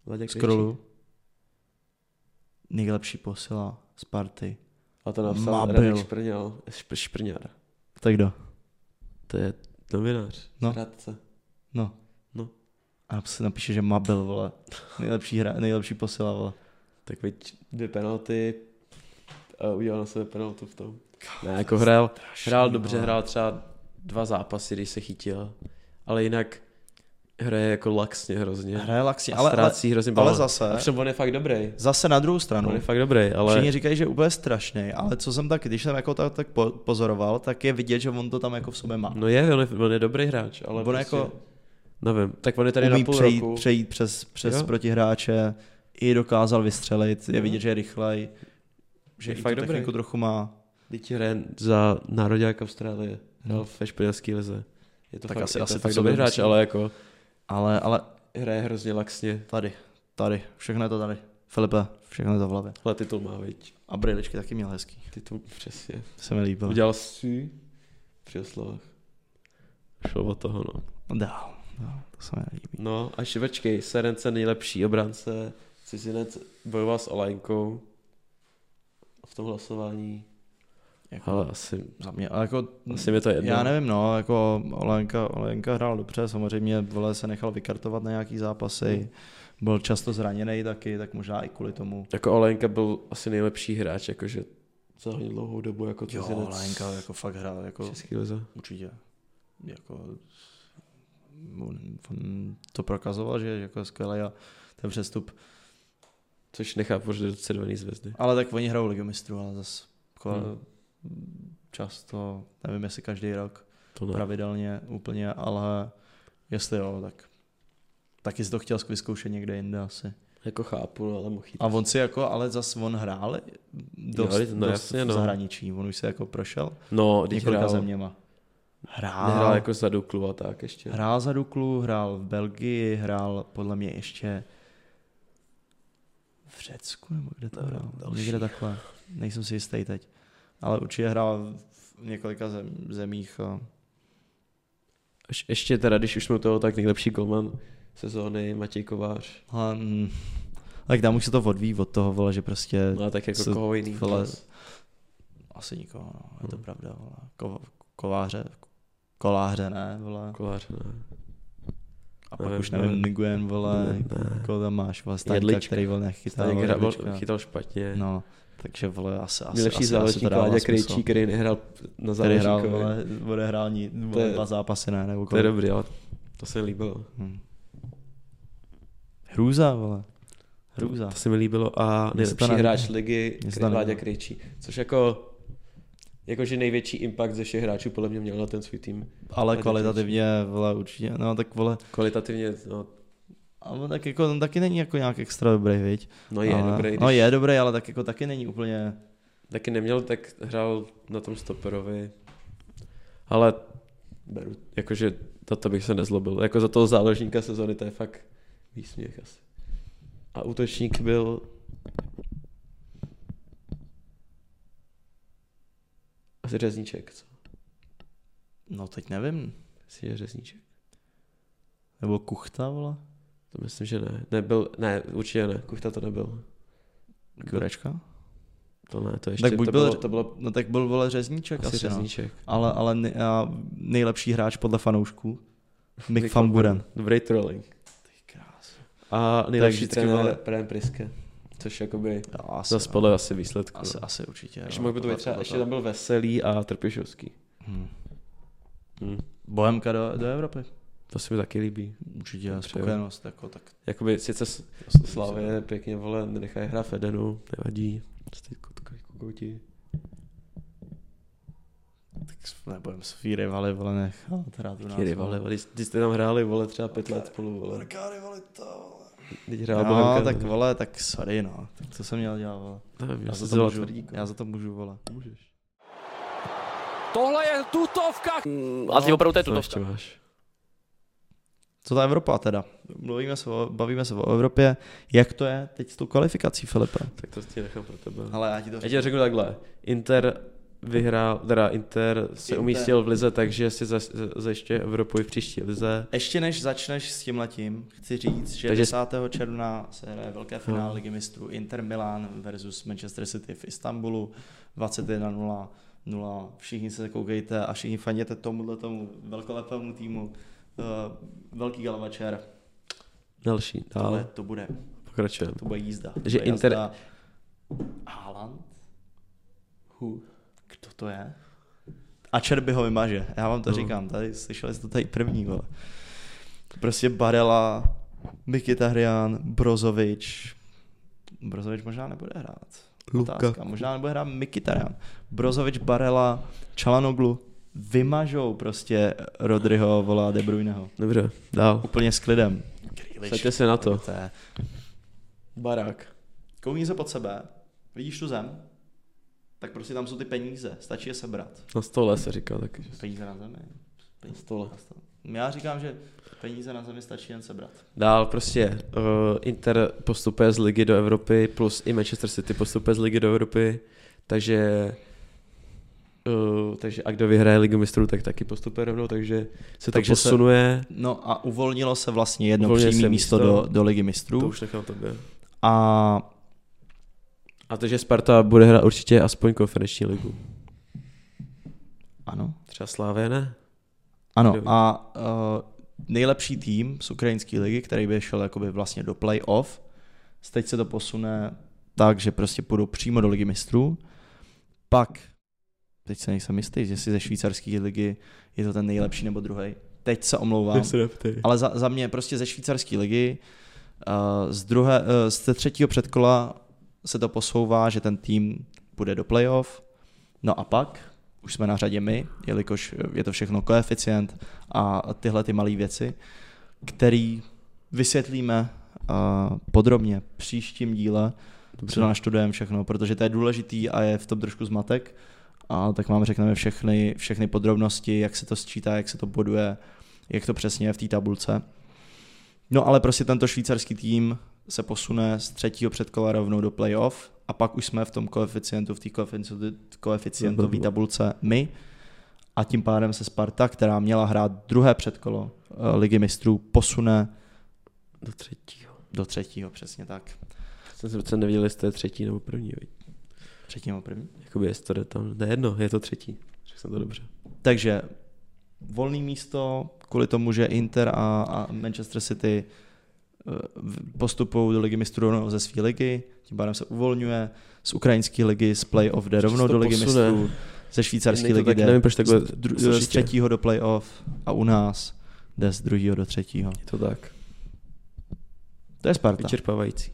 Laděk
Scrollu. Nejlepší posila Sparty.
A to napsal
Mabil.
Radek Šprňal. Špr, šprňar.
Tak kdo?
To je novinář.
No.
Radce.
No.
No.
A se napíše, že Mabil, vole. Nejlepší, hra, nejlepší posila, vole.
Tak veď dvě penalty a udělal na sebe penaltu v tom. Ne, jako hrál, hrál dobře, hrál třeba dva zápasy, když se chytil. Ale jinak hraje jako laxně hrozně.
Hraje laxně,
a
ale, ale,
ztrácí hrozně
ale
balón. A
zase,
přitom on je fakt dobrý.
zase na druhou
On
stranu.
je fakt dobrý, ale...
Všichni říkají, že je úplně strašný, ale co jsem tak, když jsem jako tak, tak po- pozoroval, tak je vidět, že on to tam jako v sobě má.
No je, on je, on je dobrý hráč, ale
On
prostě,
jako-
Nevím, tak on je tady
Umí
na půl
přejít,
roku.
přejít přes, přes
Jo.
protihráče, i dokázal vystřelit, je
Jo.
vidět, že je rychlej, že
Je
i tu
fakt dobrý.
techniku trochu má.
Teď hraje za národák Austrálie. Hrál ve španělské lize. Je
Hmm.
to
Tak
fakt,
asi-
je to
asi to
fakt
v
dobrý
sobě
hráč,
myslí.
ale jako
Ale, ale
hraje hrozně laxně.
tady, tady, všechno je to tady. Filipe, všechno je to v hlavě.
Ale titul má, viď.
A brýličky taky měl hezký,
Titul, přesně.
se mi líbilo.
Udělal si při oslavách. Šlo o toho, no.
Dál, dál, to se mi líbí.
No a šivečkej, Serence nejlepší obránce, cizinec bojoval s Olajnkou v tom hlasování
Jako,
Ale asi,
za mě, ale jako,
asi mi to jedno.
já nevím, no, jako Olenka, Olenka hrál dobře, samozřejmě vole se nechal vykartovat na nějaký zápasy, byl často zraněný taky, tak možná i kvůli tomu.
Jako Olenka byl asi nejlepší hráč, jakože za hodně dlouhou dobu jako
Jo,
cizinec
Olenka jako fakt hrál,
v
jako
Český lize.
určitě, jako on, on to prokazoval, že je jako skvělý a ten přestup
Což nechápu, že jde do červený zvězdy.
Ale tak oni hrajou Ligu mistrů, ale zase jako
Hmm.
často, nevím jestli každý rok,
To ne.
pravidelně úplně, ale jestli jo, tak taky jsi to chtěl vyzkoušet někde jinde asi.
Jako chápu, no, ale mohl jít.
A on si jako, ale zas on hrál dost,
Jo, no
dost
jasně,
v
no.
zahraničí, on už se jako prošel
No, když
několika
hrál,
zeměma. Hrál,
nehrál jako za Duklu a tak ještě.
hrál za Duklu, hrál v Belgii, hrál podle mě ještě v Řecku, nebo kde to
No,
hrál?
další.
Někde takhle, nejsem si jistý teď. Ale určitě hrál v několika zem, zemích. A...
Ješ- ještě teda, když už jsme u toho, tak nejlepší golman sezóny Matěj Kovář.
A, mm, tak tam už se to odvíjí od toho, vole, že prostě
No a tak jako
Co-
koho jiný.
vole.
vůbec.
asi nikoho, no, je to
Hm.
pravda. Vole. Ko, kováře, koláře ne, vole.
Kovář, ne.
A pak
nevím,
už nevím,
nevím.
Nguyen, vole,
Ne, ne.
koho tam máš, vole, Staňka,
Jedlička.
který, vole, nechytá.
Staněk
vole,
hrál-
Jedlička.
chytal špatně.
No, takže vole, asi, asi,
Nejlepší
asi, asi to
záložník
dává
Láďa
smysl.
Krejčí, který nehrál na
Který hrál,
záložníkovi.
vole, bude hrál ní, vole,
je-
dva zápasy, ne, nebo
To je
kolik.
dobrý, ale to se mi líbilo.
Hm. Hrůza, vole. Hrůza.
To se mi líbilo a
se
nejlepší
to nelíbilo.
hráč ligy
Mně se to
Kry- Láďa
nelíbilo.
Krejčí. Což jako Jakože největší impact ze všech hráčů podle mě měl na ten svůj tým.
Ale
Láďa
kvalitativně, vole, určitě, no tak vole,
Kvalitativně, no,
a on tak jako, on taky není jako nějak extra dobrý, viď?
no je
ale,
dobrý.
No
když-
je dobrý, ale tak jako taky není úplně,
Taky neměl, tak hrál na tom stoperovi. Ale beru, jakože za to bych se nezlobil. Jako za toho záložníka sezony to je fakt výsměch asi. A útočník byl... Asi řezníček, co?
no teď nevím,
Myslím, že řezníček.
nebo kuchta, vole,
To myslím, že ne. Nebyl, ne, určitě ne. Kuchta to nebyl.
kurečka.
To ne, to ještě,
Tak buď
to,
byl,
bylo, to bylo
no tak byl, vole, řezníček
asi,
asi, no.
řezníček.
Ale, ale ne, a nejlepší hráč podle fanoušků, Mick
Mick
Van Buren.
Dobrý trolling. A
vždycky
nejlepší trenér
bylo-
byl... Prém Priske. Což jakoby...
Jo, asi,
Zase podle asi výsledku.
asi, asi určitě.
Ještě
jo,
mohl by to
tohle-
být třeba,
tohle-
ještě tam byl Veselý a Trpišovský.
Hmm.
Hmm.
Bohemka do, do Evropy.
To se mi taky líbí.
Určitě
Dobře,
spokojenost, jako tak.
Jakoby sice s-
jasný,
Slavě pěkně, vole, nenechají hra Fedenu, nevadí. Prostě Stej kutka- Kokoti.
Tak s- nebudem svý rivaly, vole, nechat hrát u nás.
Jaký rivaly, vole, když- když jste tam hráli, vole, třeba pět let spolu, vole. Teď hrál
No,
Bohemka,
tak
ne?
vole, tak sorry, no. Tak co jsem měl dělat, vole.
Nevím,
Já,
já
za
jsem
to
dělal
můžu,
tvrdíka.
já za to můžu, vole.
Můžeš.
Tohle je tutovka.
No,
Mm, A ty opravdu to je
Co ještě
tutovka.
máš?
Co ta Evropa teda? Mluvíme se o, bavíme se o Evropě. Jak to je teď s tou kvalifikací, Filipe?
Tak to si nechám pro tebe.
Ale já ti to
Já ti řeknu takhle. Inter vyhrál, teda Inter se
Inter.
umístil v lize, takže si za- za- zajišťuje Evropu i v příští lize.
Ještě než začneš s tím letím, chci říct, že
Takže-
10. června se hraje velké finále
No.
Ligy mistrů Inter Milan versus Manchester City v Istanbulu 21-0. 0. Všichni se koukejte a všichni fanděte tomuhle tomu velkolepému týmu. Eh, velký gala večer.
Další,
Tohle,
dále.
to bude,
Pokračujeme.
to bude jízda. To
Že
bude
Inter-
jazda. Haaland? Who? Kdo to je? A Čerby ho vymaže. Já vám to
No.
říkám, tady slyšeli jste to tady první, vole. Prostě Barela, Mkhitaryan, Brozovič. Brozovič možná nebude hrát. Otázka. Možná nebude hrát Mkhitaryan. Brozovič, Barela, Čalanoglu vymažou prostě Rodryho, volá De Bruyneho.
Dobře, dál.
Úplně s klidem.
Saďte se na to.
To je
Barák.
Koukni se pod sebe, vidíš tu zem, tak prostě tam jsou ty peníze, stačí je sebrat.
Na stole se říká taky. že-
Peníze na zemi.
Na stole.
na stole. Já říkám, že peníze na zemi stačí jen sebrat.
Dál prostě uh, Inter postupuje z ligy do Evropy, plus i Manchester City postupuje z ligy do Evropy, takže uh, takže a kdo vyhraje ligu mistrů, tak taky postupuje rovnou, takže se takže
Takže
to
se-
posunuje.
No a uvolnilo se vlastně jedno
Uvolňuje
přímé
se
místo
místo.
do, do Ligy mistrů.
To už nechám tobě.
A
A takže Sparta bude hrát určitě aspoň konferenční ligu.
Ano.
Třeba Slávě ne.
Ano,
Kdo ví?
a uh, nejlepší tým z ukrajinské ligy, který by šel jakoby vlastně do playoff, teď se to posune tak, že prostě půjdou přímo do ligy mistrů, pak, teď se nejsem jistý, že si ze švýcarské ligy je to ten nejlepší nebo druhý. Teď se omlouvám,
neptej.
ale za, za mě prostě ze švýcarské ligy uh, z, druhé, uh, z té třetího předkola se to posouvá, že ten tým půjde do playoff. No a pak už jsme na řadě my, jelikož je to všechno koeficient a tyhle ty malé věci, který vysvětlíme uh, podrobně v příštím díle. Dobře. naštudujeme všechno, protože to je důležitý a je v tom trošku zmatek. A tak vám řekneme všechny, všechny podrobnosti, jak se to sčítá, jak se to boduje, jak to přesně je v té tabulce. No ale prostě tento švýcarský tým se posune z třetího předkola rovnou do playoff a pak už jsme v tom koeficientu, v té koefici- koeficientové tabulce my a tím pádem se Sparta, která měla hrát druhé předkolo eh, Ligy mistrů, posune
Do třetího.
do třetího, přesně tak.
Jsem se docela nevěděl, jestli to je třetí nebo první. viď?
Třetí nebo první.
Jakoby jestli to jde tam. Ne jedno, je to třetí. Řekl jsem to dobře.
Takže volný místo kvůli tomu, že Inter a, a Manchester City eh, v- postupují do ligy mistrů rovnou ze své ligy, tím pádem se uvolňuje z ukrajinské ligy, z playoff jde
Ještě
rovnou
se to
do ligy
posune.
mistrů, ze švýcarské
Jednej to
ligy
tak-
jde
nevím, proč takhle
z, dru-
složitě.
z třetího do playoff a u nás jde z druhého do třetího.
Je to tak.
To je Sparta.
Vyčerpávající.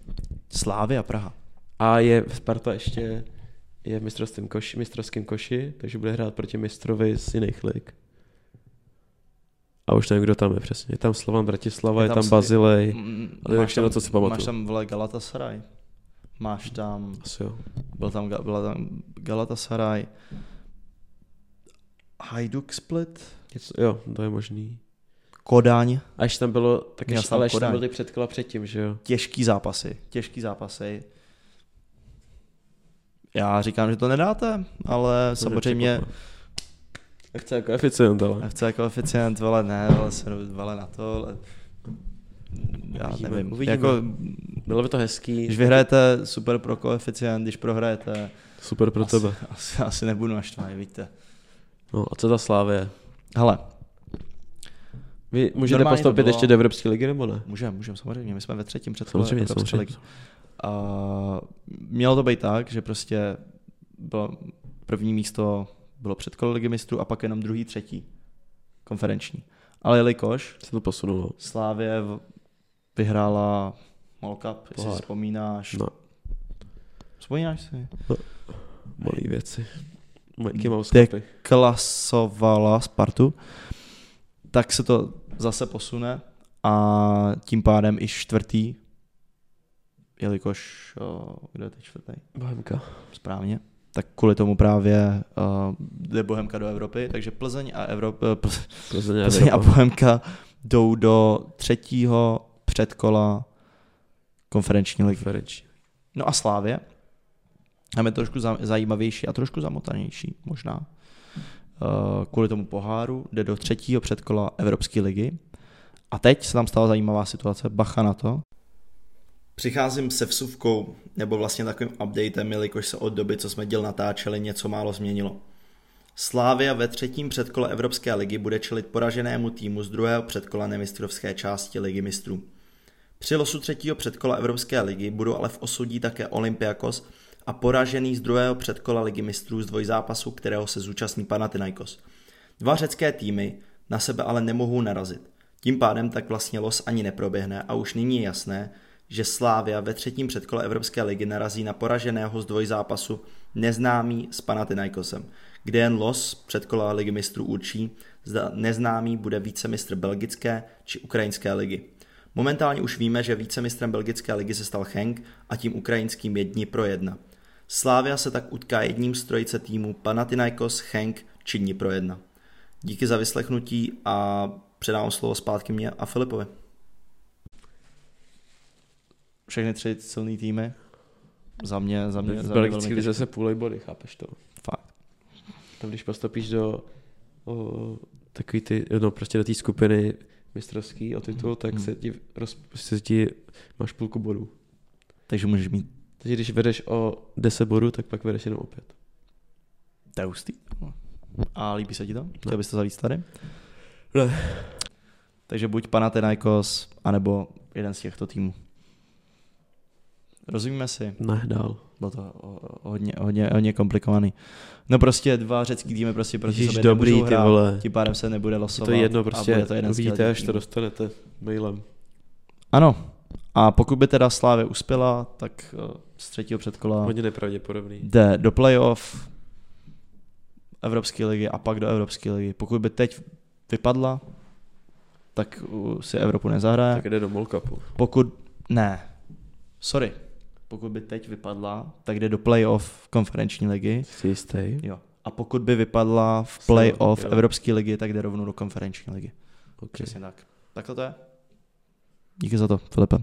Slávy a Praha.
A je Sparta ještě je v mistrovském koši, mistrovském koši, takže bude hrát proti mistrovi z jiných lig. A už nevím, kdo tam je přesně. Je tam Slovan Bratislava,
Je
je
tam
tam,
Sl-
Bazilej.
Mm,
ale
máš
ještě na
tam-
co si pamatuju.
Máš tam vle Galatasaray. Máš tam
Asi jo.
Byl tam, Ga- byla tam Galatasaray, Hajduk Split,
Něco, jo, to je možný.
Kodaň,
A ještě tam bylo, tak
Měl
ještě,
jsem
ale ještě tam
Kodaň.
byly předkola předtím, že jo?
těžký zápasy, těžký zápasy. Já říkám, že to nedáte, ale to samozřejmě
Akce jako koeficient, ale.
FC koeficient, vole ne, vole, se, vole na to, ale já
Uvidíme,
nevím.
uvidíme.
Jako,
Bylo by to hezký.
když vyhrajete, super pro koeficient, když prohrajete,
Super pro
asi,
tebe.
asi, asi nebudu naštvaný, víte.
No a co ta Slávě?
Hele,
Vy můžete
Normálně to
postoupit
bylo-
ještě do Evropské ligy nebo ne?
můžeme, můžeme, samozřejmě, my jsme ve třetím předkole.
Samozřejmě,
Evropské
samozřejmě.
ligy. A mělo to být tak, že prostě bylo první místo bylo předkolo ligy mistrů a pak jenom druhý, třetí konferenční. Ale jelikož
Se to posunulo.
Slávě v- vyhrála Mall Cup, jestli
Pohár.
si vzpomínáš.
No.
Vzpomínáš si?
Malý věci. Jaký mám
Dek-
sklepy.
Klasovala Spartu. Tak se to zase posune a tím pádem i čtvrtý, jelikož, o, kdo je teď čtvrtý?
Bohemka.
Správně. Tak kvůli tomu právě uh, jde Bohemka do Evropy, takže Plzeň a, Evrop, eh, Plzeň,
Plzeň a
Plzeň a
Evropa.
Bohemka jdou do třetího předkola konferenční ligy.
Konferenční.
No a Slávě. Tam je trošku za- zajímavější a trošku zamotanější možná. Eh, Kvůli tomu poháru jde do třetího předkola Evropské ligy. A teď se tam stala zajímavá situace, bacha na to. Přicházím se vsuvkou, nebo vlastně takovým updatem, jelikož se od doby, co jsme děl natáčeli, něco málo změnilo. Slávia ve třetím předkole Evropské ligy bude čelit poraženému týmu z druhého předkola nemistrovské části ligy mistrů. Při losu třetího předkola Evropské ligy budou ale v osudí také Olympiakos a poražený z druhého předkola ligy mistrů z dvojzápasu, kterého se zúčastní Panathinaikos. Dva řecké týmy na sebe ale nemohou narazit. Tím pádem tak vlastně los ani neproběhne a už nyní je jasné, že Slávia ve třetím předkole Evropské ligy narazí na poraženého z dvojzápasu neznámý s Panathinaikosem, kde jen los předkola ligy mistrů určí, zda neznámý bude vícemistr belgické či ukrajinské ligy. Momentálně už víme, že vícemistrem belgické ligy se stal Henk a tím ukrajinským jedni pro jedna. Slávia se tak utká jedním z trojice týmu Panathinaikos, Henk či dní pro jedna. Díky za vyslechnutí a předávám slovo zpátky mě a Filipovi. Všechny tři silný týmy. Za mě, za mě,
V
za mě
Belgické
velmi
lize
těžké.
se půlej body, chápeš to?
Fakt.
Tam když postupíš do o, takový ty, no prostě do té skupiny mistrovský o titul, tak se ti, roz, se ti máš půlku bodů.
Takže můžeš mít
Takže když vedeš o 10 bodů, tak pak vedeš jenom o 5.
to je hustý. No. A líbí se ti to? Chtěl bys to zavít tady?
Ne.
Takže buď Panathinaikos, anebo jeden z těchto týmů. Rozumíme si?
Ne, dál.
Bylo to o- o- hodně, hodně, hodně komplikovaný. No prostě dva řecký týmy prostě proti
Ježíš,
sobě
dobrý,
nemůžou
ty
hrát,
vole.
Tím pádem se nebude losovat.
To je jedno
a
prostě,
bude to jeden z těchto
uvidíte, až to
týmů.
dostanete mailem.
Ano. A pokud by teda Slávě uspěla, tak eh, z třetího předkola
Hodně nepravděpodobný.
jde do playoff Evropské ligy a pak do Evropské ligy. Pokud by teď vypadla, tak uh, si Evropu nezahraje.
Tak jde do Molkapu.
Pokud ne, sorry, pokud by teď vypadla, tak jde do playoff konferenční ligy.
Jsi jistý?
Jo. A pokud by vypadla v
Slova,
playoff
jo.
Evropské ligy, tak jde rovnou do konferenční ligy. Přesně tak. Tak to je. Díky za to, Filipe.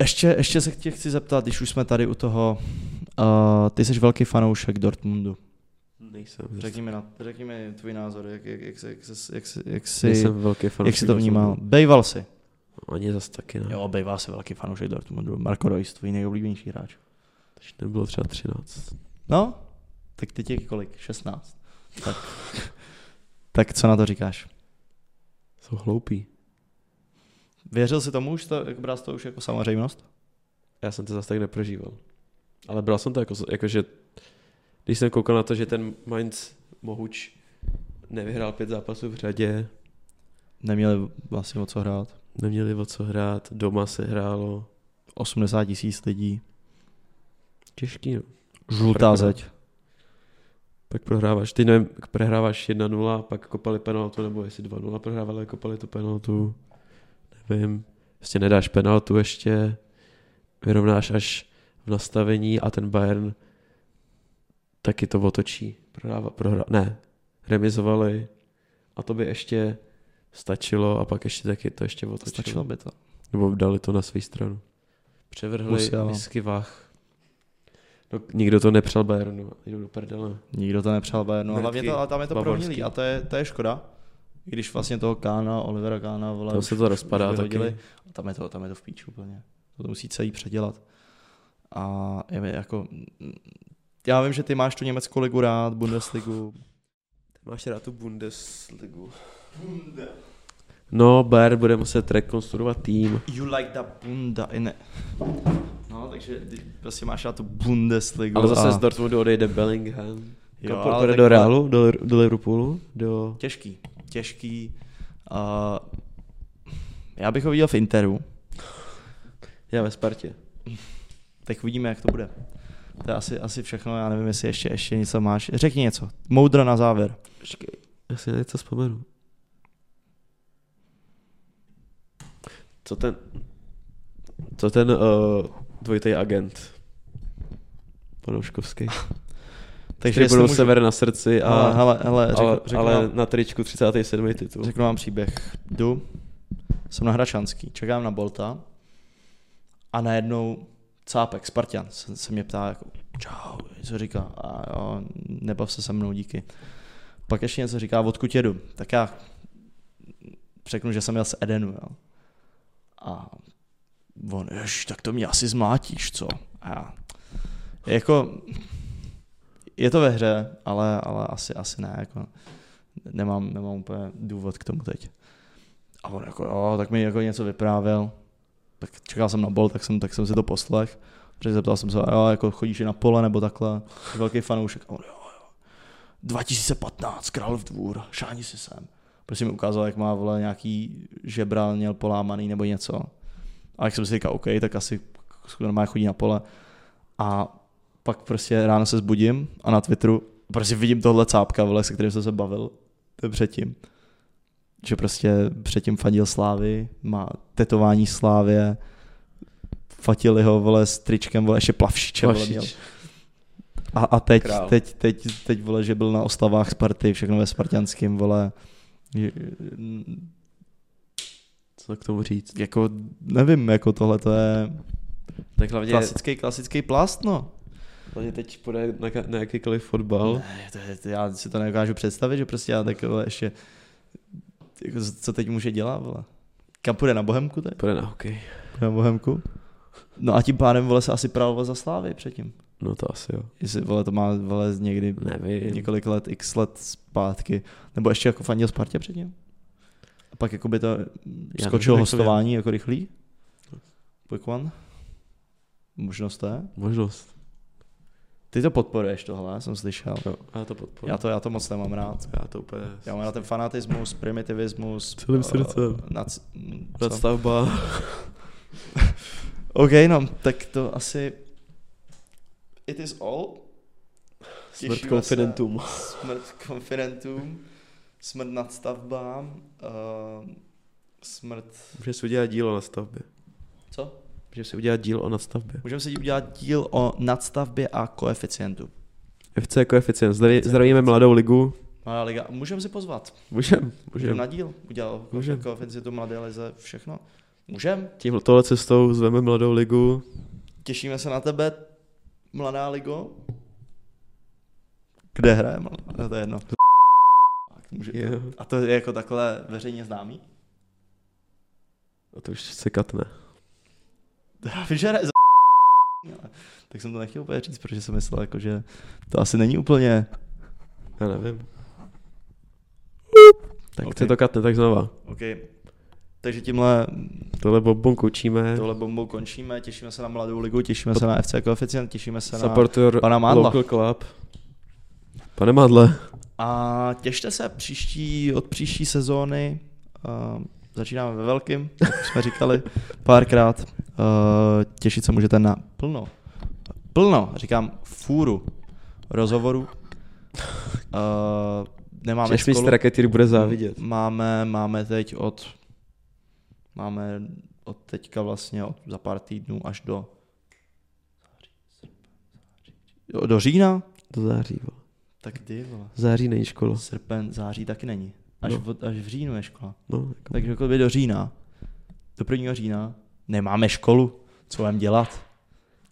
Ještě, ještě se tě chci zeptat, když už jsme tady u toho, uh, ty jsi velký fanoušek Dortmundu.
Nejsem.
Řekni mi, na, řekni mi tvůj názor, jak, jak, jak, se- jak, se- jak, se- jak, jsi,
Nejsem velký fanoušek.
jak jsi to
Dortmundu.
vnímal. Bejval jsi.
Ani zas taky ne.
Jo, bejval jsi velký fanoušek Dortmundu. Marko Reus, tvůj nejoblíbenější hráč.
Když nebylo třeba 13.
No, tak teď je kolik? 16. Tak, tak co na to říkáš?
Jsou hloupí.
Věřil jsi tomu už? To, bral jsi to už jako samozřejmost?
Já jsem to zase tak neprožíval. Ale bral jsem to jako, jako že když jsem koukal na to, že ten Mainz Mohuč nevyhrál pět zápasů v řadě,
Neměli vlastně o co hrát.
neměli o co hrát, doma se hrálo.
80 tisíc lidí.
Těžký, no.
Žlutá zeď.
Pak prohráváš, teď nevím, jak prohráváš 1-0, pak kopali penaltu, nebo jestli 2-0 prohrávali, kopali tu penaltu, nevím. Prostě nedáš penaltu ještě, vyrovnáš až v nastavení a ten Bayern taky to otočí. Prohrává, prohrá, ne, remizovali a to by ještě stačilo a pak ještě taky to ještě otočilo.
Stačilo by to.
Nebo dali to na svou stranu. Převrhli
Musiala.
misky vach. No, nikdo to nepřel Bayernu, jdou do prdele.
Nikdo to nepřál Bayernu.
Mrtky,
Hlavně to, ale tam je to
bavorský.
prohnilý a to je, to je škoda. I Když vlastně toho Kána, Olivera Kána, vole,
Tam
už-
se
už-
to
už
rozpadá
vyhodili.
taky.
Tam je to, tam je to v píči úplně. To musí celý předělat. A je mi jako... Já vím, že ty máš tu německou ligu rád, Bundesligu.
Máš rád tu Bundesligu. No, Bayern bude muset rekonstruovat tým.
You like the Bunda, i ne. No, takže ty prostě máš rád tu Bundesligu.
Ale zase
a...
z Dortmundu odejde Bellingham.
Jo,
Jo,
ale
půjde
tak-
do Realu, do, do Liverpoolu, do...
Těžký, těžký. A já bych ho viděl v Interu,
Já ve Spartě.
tak uvidíme, jak to bude. To je asi, asi všechno, já nevím, jestli ještě, ještě něco máš. Řekni něco, moudro na závěr.
Počkej, já si na něco vzpomenu. Co ten... Co ten uh, dvojitý agent? Panouškovský.
Takže
Takže
jestli
budou
můžu...
sever na srdci a...
Ale, hele, hele, řeknu,
ale,
řeknu,
ale
vám,
na tričku 37. titul.
řeknu vám příběh. Jdu, jsem na Hračanský, čekám na Bolta a najednou cápek, Spartan, se, se mě ptá, jako, čau, co říká, a jo, nebav se se mnou, díky. Pak ještě něco říká, odkud jedu, tak já řeknu, že jsem jel z Edenu, jo. A on, jež, tak to mě asi zmátíš, co? A já, jako, je to ve hře, ale, ale asi, asi ne, jako, nemám, nemám úplně důvod k tomu teď. A on jako, jo, tak mi jako něco vyprávěl, tak čekal jsem na bol, tak jsem, tak jsem si to poslech, takže zeptal jsem se, jo, jako chodíš i na pole nebo takhle, jsi velký fanoušek, a on, jo, jo, 2015, Králův dvůr, šáni si sem. Prostě mi ukázal, jak má vole nějaký žebral, měl polámaný nebo něco. A jak jsem si říkal, OK, tak asi normálně chodí na pole. A pak prostě ráno se zbudím a na Twitteru prostě vidím tohle cápka, vole, se kterým jsem se bavil to je předtím. Že prostě předtím fandil Slávy, má tetování Slávě, fatili ho, vole, s tričkem, vole, ještě plavšiče, vole, měl.
Plavšič.
A, a teď,
Král.
teď, teď, teď, vole, že byl na oslavách Sparty, všechno ve Spartanském, vole, Je-
Co k tomu říct?
jako, nevím, jako tohle to je
Tak hlavně,
klasický, klasický plast, no.
hlavně teď půjde na, ka- na jakýkoliv fotbal.
Ne, to, je- to, já si to nedokážu představit, že prostě já tak, vole, ještě, jako, co teď může dělat, vole. Kam půjde na Bohemku teď?
Půjde na hokej.
na Bohemku. No a tím pádem vole se asi praloval za slávy předtím.
No to asi jo.
Jestli vole, to má vole, někdy
Nevím.
několik let, x let zpátky. Nebo ještě jako fandil Spartě předtím. A pak jako by to
Já
skočilo
nevím, jak to
hostování jako rychlý. Quick one. Možnost je.
Možnost.
Ty to podporuješ tohle, jsem slyšel.
Jo. Já to podporuji.
Já to, já to moc nemám rád.
Já to úplně...
Já mám na ten fanatismus, primitivismus.
Celým
eh,
srdcem.
Nac, mm, co?
Nadstavba.
OK, no, tak to asi... It is all. Těšíme
Smrt confidentum.
Se, smrt konfidentum. Smrt nadstavbám. Uh, smrt...
Můžeme si udělat díl o nadstavbě.
Co?
Můžeme si udělat díl o nadstavbě.
Můžeme si udělat díl o nadstavbě a koeficientu.
FC koeficient. Zdraví, jako zdravíme mladou ligu.
Mladá liga, můžeme si pozvat.
Můžem,
Můžeme na
můžem.
díl. Udělal
Můžem.
koeficientu mladé lize, všechno. Můžem.
Tímhle tohle cestou zveme mladou ligu.
Těšíme se na tebe, mladá ligo. Kde hraje? mladá- No, to je jedno. Tak může-
Jo.
A to je jako takhle veřejně známý?
A to už se katne.
Já vím, že hraje za ale tak jsem to nechtěl úplně říct, protože jsem myslel, jako, že to asi není úplně...
Já nevím. Tak
Ok.
okay. se to katne, tak znova.
OK. Takže tímhle,
Tohle bonbon koučíme.
tohle bombou končíme, těšíme se na Mladou ligu, těšíme se na FC Koeficient, těšíme se na...
Supporter
pana Mádla.
Local Club. Pane Mádle,
A těšte se příští, od příští sezóny. Uh, začínáme ve velkým, jak už jsme říkali párkrát. Uh, těšit se můžete na plno. Plno, říkám fůru rozhovorů. Uh, nemáme
Češ mi
školu.
raketýr bude závidět.
Máme, máme teď od máme od teďka vlastně od, za pár týdnů až do do, do října?
Do září, vole.
Tak kdy, vole?
Září není škola.
Srpen, září taky není. Až,
No.
v, až v říjnu je škola.
No, jako
Takže jako by do října, do 1. října, nemáme školu, co mám dělat?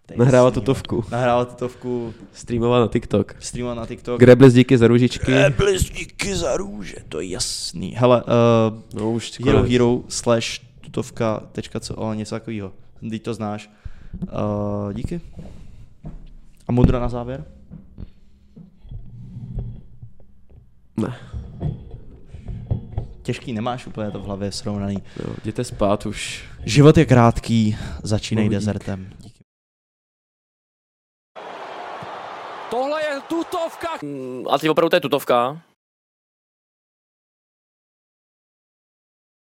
To je
Nahrávat
jasný, vole.
tutovku.
Nahrávat tutovku,
Streamovat na TikTok.
streamovat na TikTok.
Grebles díky za ružičky.
Eh, Blesníky za růže, to je jasný. Hele, uh,
No už
Hero Hero slash tutovka.co, něco takového. Teď to znáš. Uh, díky. A mudra na závěr?
Ne.
Těžký, nemáš úplně to v hlavě srovnaný.
Jo, No, jděte spát už.
Život je krátký, začínej
Bohudík.
dezertem. Díky.
Tohle je tutovka.
Mm, A teď Hmm, opravdu to je tutovka.